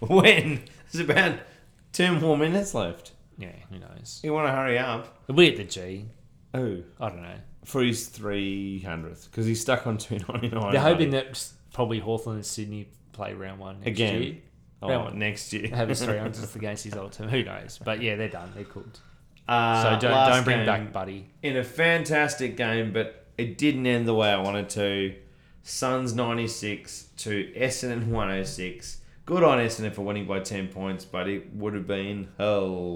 when there's about two more minutes left,
yeah, who knows?
you want to hurry up.
He'll be at the G.
Oh,
I don't know.
for his three hundredth because he's stuck on two ninety nine.
They're hoping that s- probably Hawthorn and Sydney play round one next
Again.
year.
oh, next year.
Have his 300th against his old team. Who knows? But yeah, they're done. They're cooked. So
Uh,
don't,
last
don't bring
game
back Buddy.
in a fantastic game, but it didn't end the way I wanted to. Suns 96 to Essendon 106. Good on Essendon for winning by 10 points, but it would have been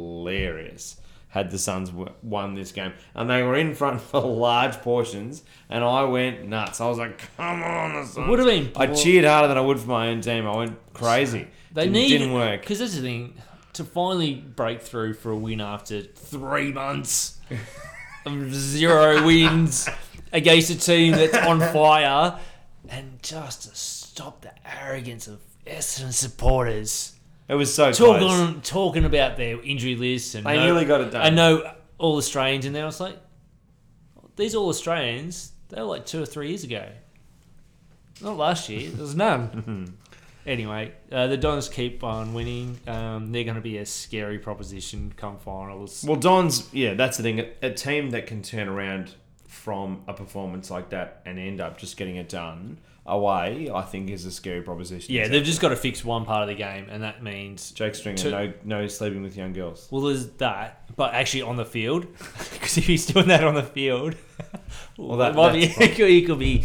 hilarious had the Suns w- won this game. And they were in front for large portions, and I went nuts. I was like, come on, the Suns.
Would have Mm. been.
I cheered harder than I would for my own team. I went crazy.
They
didn't,
need
didn't work.
because that's the thing. To finally break through for a win after three months of zero wins against a team that's on fire, and just to stop the arrogance of Essendon supporters
It was so
talking
close.
talking about their injury list and
They
no-
nearly got it done.
I know all Australians, and then I was like, these all Australians, they were like two or three years ago. Not last year. There was none. anyway, uh, the Dons keep on winning. Um, they're going to be a scary proposition come finals.
Well, Don's yeah, that's the thing. A, a team that can turn around from a performance like that and end up just getting it done away, I think, is a scary proposition.
Yeah, they've just got to fix one part of the game, and that means
Jake Stringer,
To-
no, no sleeping with young girls.
well, there's that, but actually on the field, because if he's doing that on the field, well,
that-
that might be,
that's fine.
he could, he could be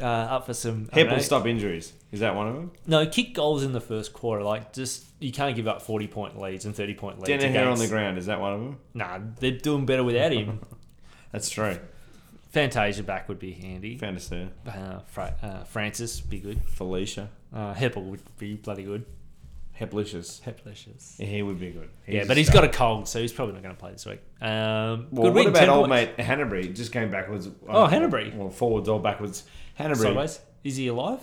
uh, up for some I don't
Hip
know,
will stop injuries. Is that one of them?
No, kick goals in the first quarter. Like, just you can't give up forty point leads and thirty point leads.
Denner hair on
against-
the ground. Is that one of them?
Nah, they're doing better without him.
That's true.
Fantasia back would be handy.
Found us there.
Uh, Fra- uh, Francis be good.
Felicia.
Uh, Heppel would be bloody good.
Heplicious.
Heplicious.
Yeah, he would be good.
Yeah, but he's got a cold, so he's probably not going to play this week. Um,
Well,
good
what
win,
about
10
old
points.
mate Hanbury? Just going backwards. uh,
Oh, Hanbury.
Well, forwards or backwards. Hanbury.
Sideways. Is he alive?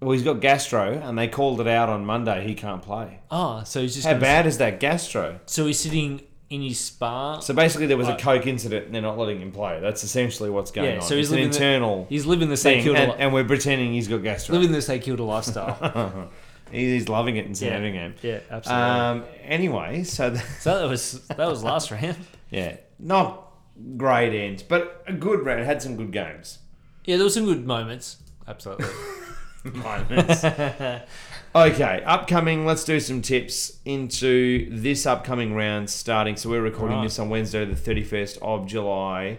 Well, he's got gastro, and they called it out on Monday. He can't play.
Oh, so he's just.
How
gonna-
bad is that gastro?
So he's sitting in his spa.
So basically, there was a
Right.
coke incident, and they're not letting him play. That's essentially what's going
Yeah,
on.
so he's
it's an
living the-
internal
He's living the St
thing,
Kilda,
and,
li-
and we're pretending he's got gastro.
living the St Kilda lifestyle.
He- he's loving it in
Yeah.
Sandringham.
yeah, absolutely.
Um. Anyway, so th-
so that was that was last round.
yeah, not great end, but a good round. Had some good games.
Yeah, there were some good moments. Absolutely.
Moments. okay, upcoming. Let's do some tips into this upcoming round starting. So we're recording
Right.
this on Wednesday, the thirty first of July.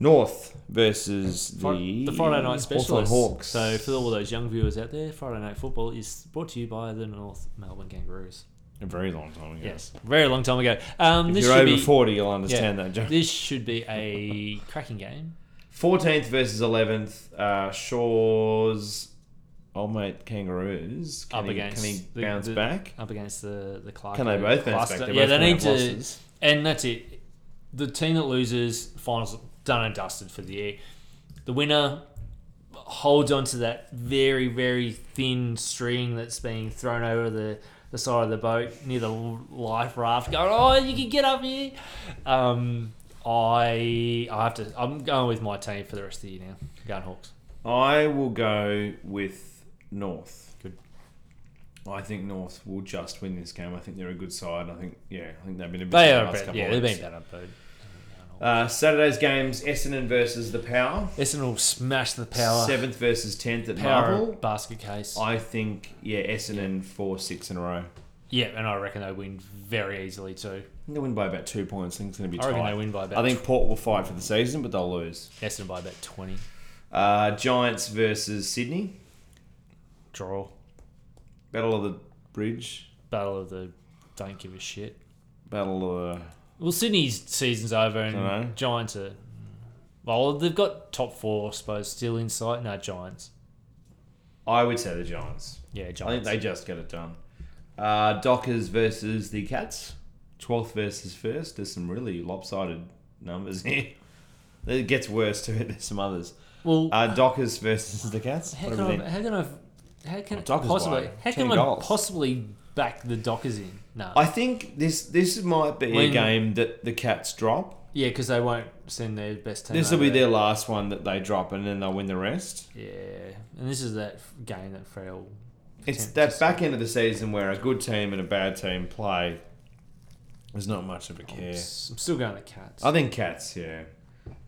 North versus the,
Fri- the Friday night
Hawthorn
specialist.
Hawks.
So for all those young viewers out there, Friday night football is brought to you by the North Melbourne Kangaroos.
A very long time ago.
Yes, very long time ago. Um,
If
this
you're
should
over
be
40, you'll
yeah,
understand that, John.
this should be a cracking game.
14th versus 11th. Uh, Shaw's old mate Kangaroos. Can
Up
he,
against
Can he
the-
bounce
the-
back?
up against the the Clark.
Can they both bounce back? They're
yeah,
both
they
gonna
need
have
to.
losses.
And that's it. The team that loses finals done and dusted for the year. The winner holds on to that very very thin string that's being thrown over the the side of the boat near the life raft, going, "Oh, you can get up here." Um, I I have to. I'm going with my team for the rest of the year now. Going Hawks.
I will go with North.
Good.
I think North will just win this game. I think they're a good side. I think yeah, I think they've been a bit
They
better the
are.
last
better.
couple
Yeah,
of
they've
weeks.
been better, but.
Uh, Saturday's games: Essendon versus the Power.
Essendon will smash the power.
Seventh versus tenth at
power
Marvel.
basket case.
I think yeah, Essendon four six in a row.
yeah, and I reckon they win very easily too.
They'll win by about two points. I think it's going to be
I reckon
tight.
they win by about.
I think Port will fight for the season, but they'll lose.
Essendon by about twenty.
Uh, Giants versus Sydney.
Draw.
Battle of the Bridge.
Battle of the. Don't give a shit.
Battle of the.
Well, Sydney's season's over,
Dunno.
and Giants are. Well, they've got top four, I suppose, still in sight. No, Giants.
I would say the Giants.
Yeah,
I think
Giants.
they just get it done. Uh, Dockers versus the Cats. 12th versus 1st. There's some really lopsided numbers here. It gets worse too. There's some others.
well,
Uh, Dockers versus the Cats.
how,
What
can
do we
I,
think?
how can I? How can
Dockers
possibly?
by
How
10
can I
goals.
possibly back the Dockers in? No.
I think this this might be a
When-
game that the Cats drop.
yeah, because they won't send their best team.
This will be
over.
their last one that they drop, and then they'll win the rest.
Yeah, and this is that f- game that Freo.
It's
Ten-
that back end of the season where a good team and a bad team play. There's not much of a
I'm
care.
s- I'm still going to Cats.
I think cats, yeah,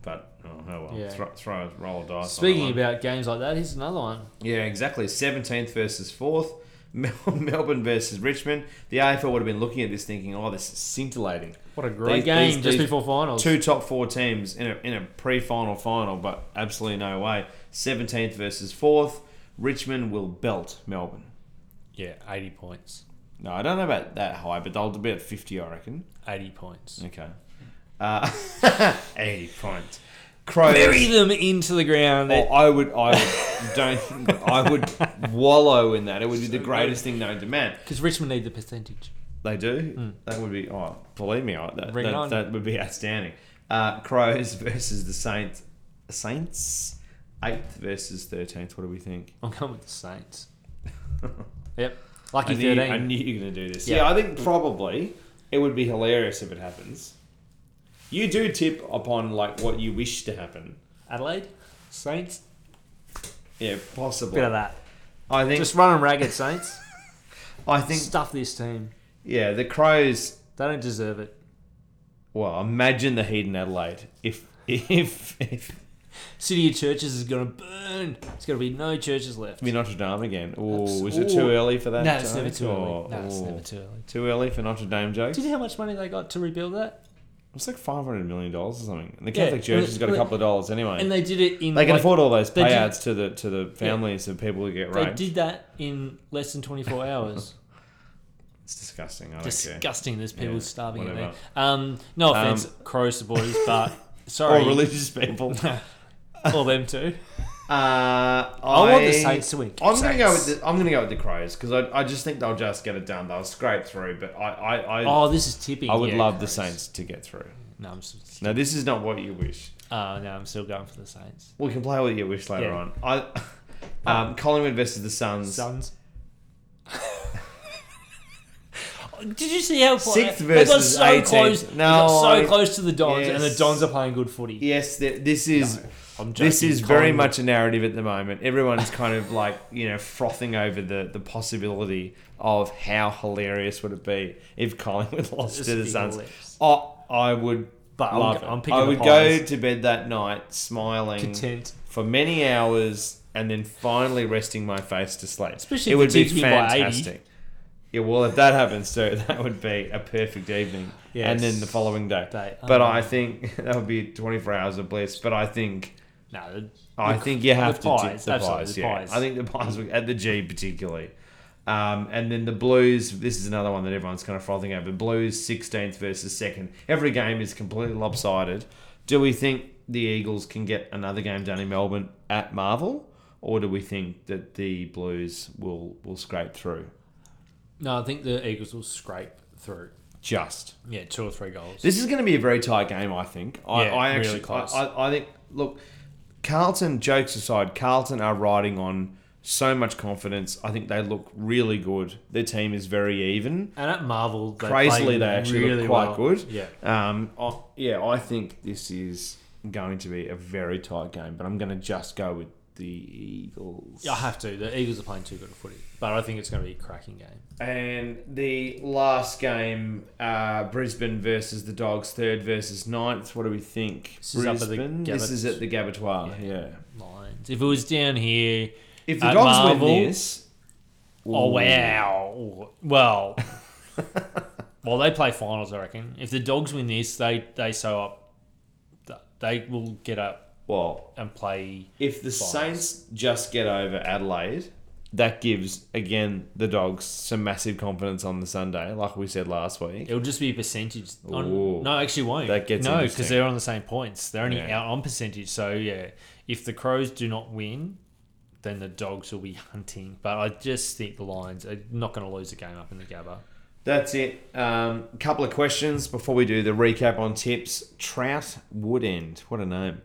but oh, oh well.
Yeah.
Throw, throw roll a dice. on
Speaking
that one.
about games like that, here's another one.
yeah, exactly. Seventeenth versus fourth. Mel- Melbourne versus Richmond. The AFL would have been looking at this, thinking, "Oh, this is scintillating."
What a great
These-
game
these-
just
these
before finals.
Two top four teams in a, in a pre-final final, but absolutely no way. Seventeenth versus fourth. Richmond will belt Melbourne.
Yeah, eighty points.
No, I don't know about that high, but they'll be at fifty, I reckon.
Eighty points.
Okay. Uh, 80 points. Crows.
Bury them into the ground.
Well, Oh, I would, I would, don't, I would wallow in that. It would be the greatest thing known to man.
Because Richmond need the percentage.
They do. That would be. Oh, believe me, I, that
Bring it
that,
on.
that would be outstanding. Uh, Crows versus the Saints. Saints. Eighth versus thirteenth. What do we think?
I'm going with the Saints. yep. Lucky
I knew,
13.
I knew you were going to do this. Yeah.
Yeah.
I think probably it would be hilarious if it happens. You do tip upon like what you wish to happen.
Adelaide? Saints?
Yeah, possibly.
Bit of that.
I think.
Just run them ragged, Saints.
I think.
Stuff this team.
Yeah, the Crows.
They don't deserve it.
Well, imagine the heat in Adelaide. If if if
City of Churches is going to burn. There's going to be no churches left.
I mean, Notre Dame again. Oh,
Abs-
is it too
Ooh.
early for that?
no, it's
joke,
never too early.
or-
No, it's
ooh.
never too early.
Too early for Notre Dame jokes.
Do you know how much money they got to rebuild that?
It's like five hundred million dollars or something. And the
Yeah,
Catholic Church
and-
has got a couple of dollars anyway.
And they did it in.
they can
like,
afford all those
they did-
payouts to the to the families of people who get
They
raped.
did that in less than 24 hours.
It's disgusting. I don't care.
Disgusting. There's people
Yeah,
starving in there.
whatever.
Um, no
Um,
offense, Crow supporters, but
Or
sorry,
religious people. uh,
all them too.
I,
I want the Saints to win.
I'm gonna go with
Saints.
the I'm gonna go with the Crows because I, I just think they'll just get it done. They'll scrape through, but I I, I,
Oh, this is tipping.
I would
Yeah,
love the
Crows.
Saints to get through.
No, I'm still,
Now this is not what you wish.
uh, no, I'm still going for the Saints.
We can play with your wish later
Yeah.
on. I um, Collingwood versus the Suns.
Suns. Did you see how close
Sixth
they got
versus
so
18th.
close? they
No,
got so
I-
close to the Dons, and the
Yes.
Dons are playing good footy.
Yes, th- this is
I'm joking.
this is very
Collingwood.
much a narrative at the moment. Everyone's kind of like you know frothing over the the possibility of how hilarious would it be if Collingwood lost
This
to the
would be
Suns.
hilarious.
Oh, I would.
But I'm-
love it.
I'm picking
I
the
would go
Pies.
to bed that night smiling
content.
for many hours and then finally resting my face to sleep.
Especially
it
if
would
it
be
takes me by 80.
fantastic. Yeah, well, if that happens too, that would be a perfect evening. And
Yes.
then the following day.
Day.
But
Oh.
I think that would be 24 hours of bliss. But I think
No, the-
Oh, I
the-
think you have
the
to tip
pies,
the
absolutely,
pies.
the
yeah.
pies.
I think the pies were- at the G particularly. Um, and then the Blues. This is another one that everyone's kind of frothing over. Blues 16th versus second. Every game is completely lopsided. Do we think the Eagles can get another game done in Melbourne at Marvel, or do we think that the Blues will will scrape through?
No, I think the Eagles will scrape through.
Just
Yeah, two or three goals.
This is going to be a very tight game, I think. I,
Yeah,
I
really
actually,
close.
I, I, I think. Look, Carlton. Jokes aside, Carlton are riding on so much confidence. I think they look really good. Their team is very even.
And at Marvel, they
Crazily,
played
they actually
really
look quite
well.
good.
Yeah.
Um, I, yeah, I think this is going to be a very tight game, but I'm going to just go with the Eagles.
Yeah, I have to. The Eagles are playing too good a footy, but I think it's going to be a cracking game.
And the last game, uh, Brisbane versus the Dogs, third versus ninth. What do we think?
This is up at the
this is
Gabbat-
at the Gabatoir. Yeah.
Lions. If it was down here,
If the
At
Dogs
Marvel-
win this,
oh
Ooh.
wow. Well, well, they play finals, I reckon. If the Dogs win this, they they sew up. They will get up
Well,
and play.
If the
Finals.
Saints just get over Adelaide, that gives again the Dogs some massive confidence on the Sunday, like we said last week.
It'll just be percentage.
Ooh.
On, no, actually, won't.
That gets
no
interesting.
because they're on the same points. They're only
Yeah.
out on percentage. So yeah, if the Crows do not win, then the Dogs will be hunting. But I just think the Lions are not going to lose a game up in the Gabba.
That's it. Um, couple of questions before we do the recap on tips. Trout Woodend, what a name.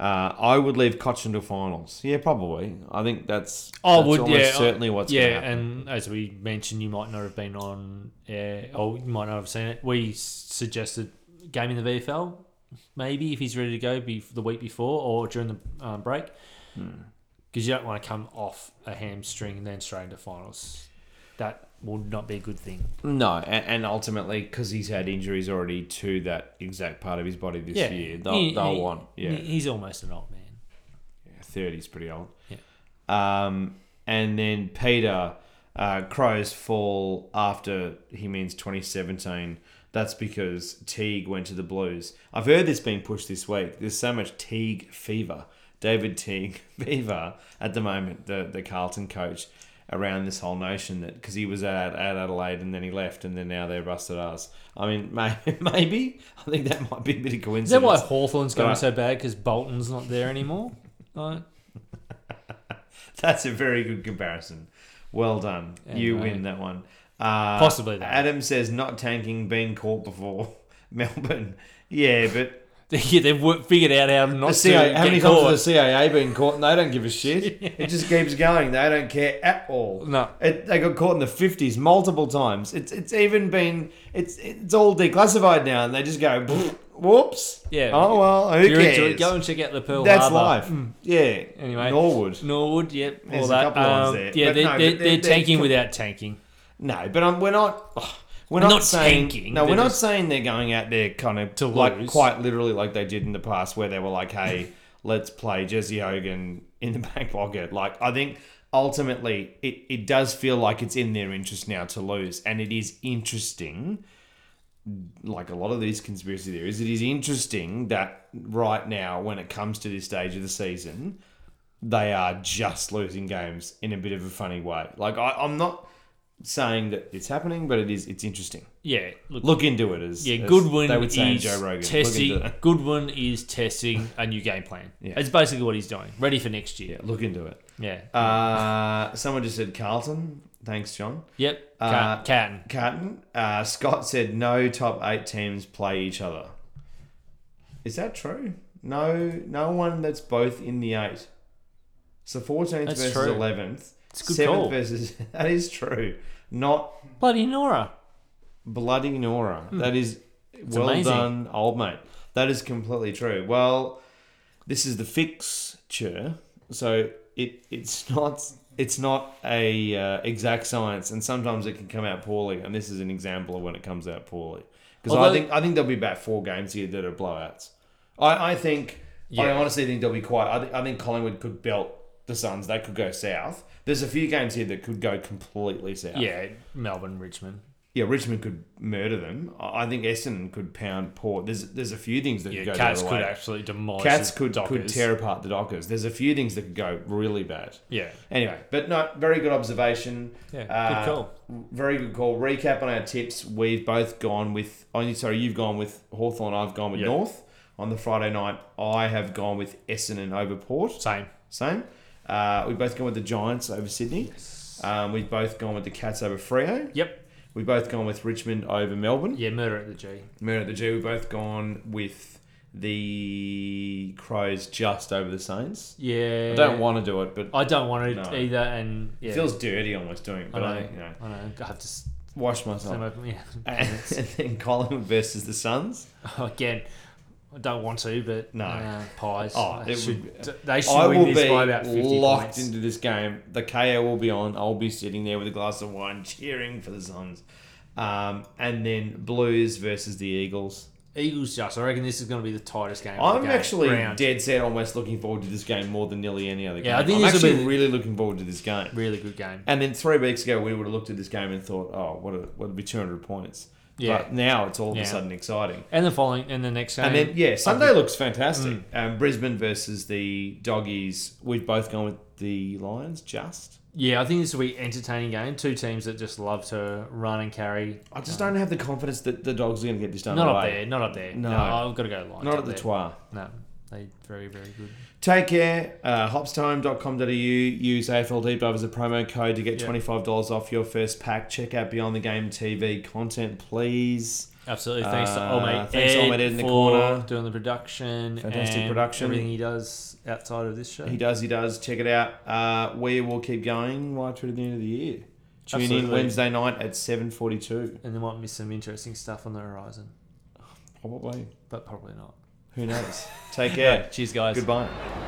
Uh, I would leave Cochin to finals. Yeah, probably. I think that's,
Oh,
that's
would
almost
yeah,
certainly
uh,
what's
yeah,
going to happen.
and as we mentioned, you might not have been on, air, or you might not have seen it. We s- suggested game in the VFL, maybe if he's ready to go be the week before or during the um, break,
Hmm.
because you don't want to come off a hamstring and then straight into finals. That will not be a good thing.
No, a- and, and ultimately, because he's had injuries already to that exact part of his body this
yeah,
year, they'll,
He-
they'll
he-
want. Yeah.
he's almost an old man.
Thirty's pretty old.
Yeah.
Um, and then Peter, uh, Crows fall after he means 2017. That's because Teague went to the Blues. I've heard this being pushed this week. There's so much Teague fever, David Teague fever at the moment. The the Carlton coach around this whole notion that because he was at, at Adelaide and then he left and then now they're busted us. I mean, may, maybe I think that might be a bit of coincidence.
Is that why Hawthorn's going
Right.
so bad? Because Bolton's not there anymore. Like,
That's a very good comparison. Well done.
Yeah,
you
right.
win that one. Uh,
Possibly that.
Adam says not tanking, been caught before. Melbourne. Yeah, but
yeah, they've worked, figured out how not
the
to
CIA, how
get
many
caught.
times has the CAA been caught and they don't give a shit? It just keeps going. They don't care at all.
No.
It, they got caught in the 50s multiple times. It's it's even been, it's it's all declassified now and they just go, whoops.
Yeah.
Oh, well, who
If you're
cares?
into it, go and check out the Pearl
That's
Harbor.
life. Yeah.
Anyway.
Norwood.
Norwood, yep, all
There's a
that.
couple of ones
Um,
there,
Yeah,
but no,
they're, they're,
but
they're,
they're- they're
tanking
com-
without tanking.
No, but um, we're not. ugh, We're not,
Not
saying,
tanking,
No, we're
they're
not
just-
saying they're going out there kind of
To
like
lose.
quite literally like they did in the past, where they were like, "Hey, let's play Jesse Hogan in the back pocket." Like I think ultimately it, it does feel like it's in their interest now to lose, and it is interesting. Like a lot of these conspiracy theories, it is interesting that right now, when it comes to this stage of the season, they are just losing games in a bit of a funny way. Like I, I'm not saying that it's happening, but it is. It's interesting.
Yeah, look,
Look into it as
yeah.
as
Goodwin
They would say in
is
Joe Rogan. Look
testing.
into,
Goodwin is testing a new game plan.
Yeah.
It's basically what he's doing, ready for next year.
yeah, look into it.
Yeah.
Uh, someone just said Carlton. Thanks, John.
yep.
uh,
Cat- Catton.
Carton. Uh, Scott said no top eight teams play each other. Is that true? No, no one that's both in the eight. So 14th
That's
versus
true.
11th.
It's a good
7th
call.
versus. That is true. Not
Bloody Nora.
Bloody Nora. That is well
Hmm. amazing.
done, old mate. That is completely true. Well, this is the fixture, so it it's not it's not a uh, exact science, and sometimes it can come out poorly. And this is an example of when it comes out poorly, because I
Although-
think I think there'll be about four games here that are blowouts. I I think I
Yeah.
honestly think they'll be quite. I, th- I think Collingwood could belt the Suns. They could go south. There's a few games here that could go completely south.
Yeah, Melbourne, Richmond.
Yeah, Richmond could murder them. I I think Essendon could pound Port. There's there's a few things that
Yeah,
could go
Cats
the
could
other way.
actually demolish.
Cats
the
could, could
Dockers.
tear apart the Dockers. There's a few things that could go really bad.
Yeah.
Anyway, but no, very good observation.
Yeah, good
Uh,
call.
Very good call. Recap on our tips. We've both gone with. Oh, sorry, you've gone with Hawthorn. I've gone with
Yeah.
North on the Friday night. I have gone with Essendon over Port.
Same.
Same. Uh, we've both gone with the Giants over Sydney. Um, we've both gone with the Cats over Freo.
Yep.
We've both gone with Richmond over Melbourn.
Yeah, murder at the G.
Murder at the G. We've both gone with the Crows just over the Saints.
Yeah.
I don't want to do it, but
I don't want it
No.
either, and yeah,
it feels dirty almost doing it.
I
But
know.
I, you know,
I know. I have to s-
wash
slam
myself.
open. Yeah.
And, and then Collingwood versus the Suns.
Again, I don't want to, but
No.
uh, pies.
Oh,
they
it
should.
would-
d- they should
I
win
will
this
be
by about fifty
locked
points.
into this game. The KO will be on. I'll be sitting there with a glass of wine, cheering for the Suns. Um, and then Blues versus the Eagles.
Eagles just. I reckon this is going to be the tightest game. of
I'm
the game,
actually
round.
dead set almost looking forward to this game more than nearly any other game.
Yeah, I think
I'm
this will
actually
be-
really looking forward to this game.
really good game.
And then three weeks ago, we would have looked at this game and thought, oh, what would what be 200 points?
Yeah.
But now it's all of
Yeah.
a sudden exciting.
And the following, and the next game.
And then, yeah, Sunday looks fantastic. Um, Brisbane versus the Doggies. We've both gone with the Lions, just.
yeah, I think this will be an entertaining game. Two teams that just love to run and carry.
I just don't have the confidence that the dogs are going to get this done.
Not up
away.
there. Not up there. No,
No.
I've got to go line.
Not at the Twa.
No, they very very good.
Take care. Uh, hopstime.com.au. Use AFL Deep Dive as a promo code to get
Yeah.
$25 off your first pack. Check out Beyond the Game TV content, please.
Absolutely. Thanks to
Uh,
Old Mate
thanks to Old Mate Ed in the corner.
doing the production.
Fantastic
and
production.
Everything he does outside of this show.
He does, he does. Check it out. Uh, we will keep going right through to the end of the year. Tune in
Absolutely.
Wednesday night at 7.42.
And there might be some interesting stuff on the horizon,
Probably.
but probably not.
Who knows? Take care.
Cheers, guys.
Goodbye.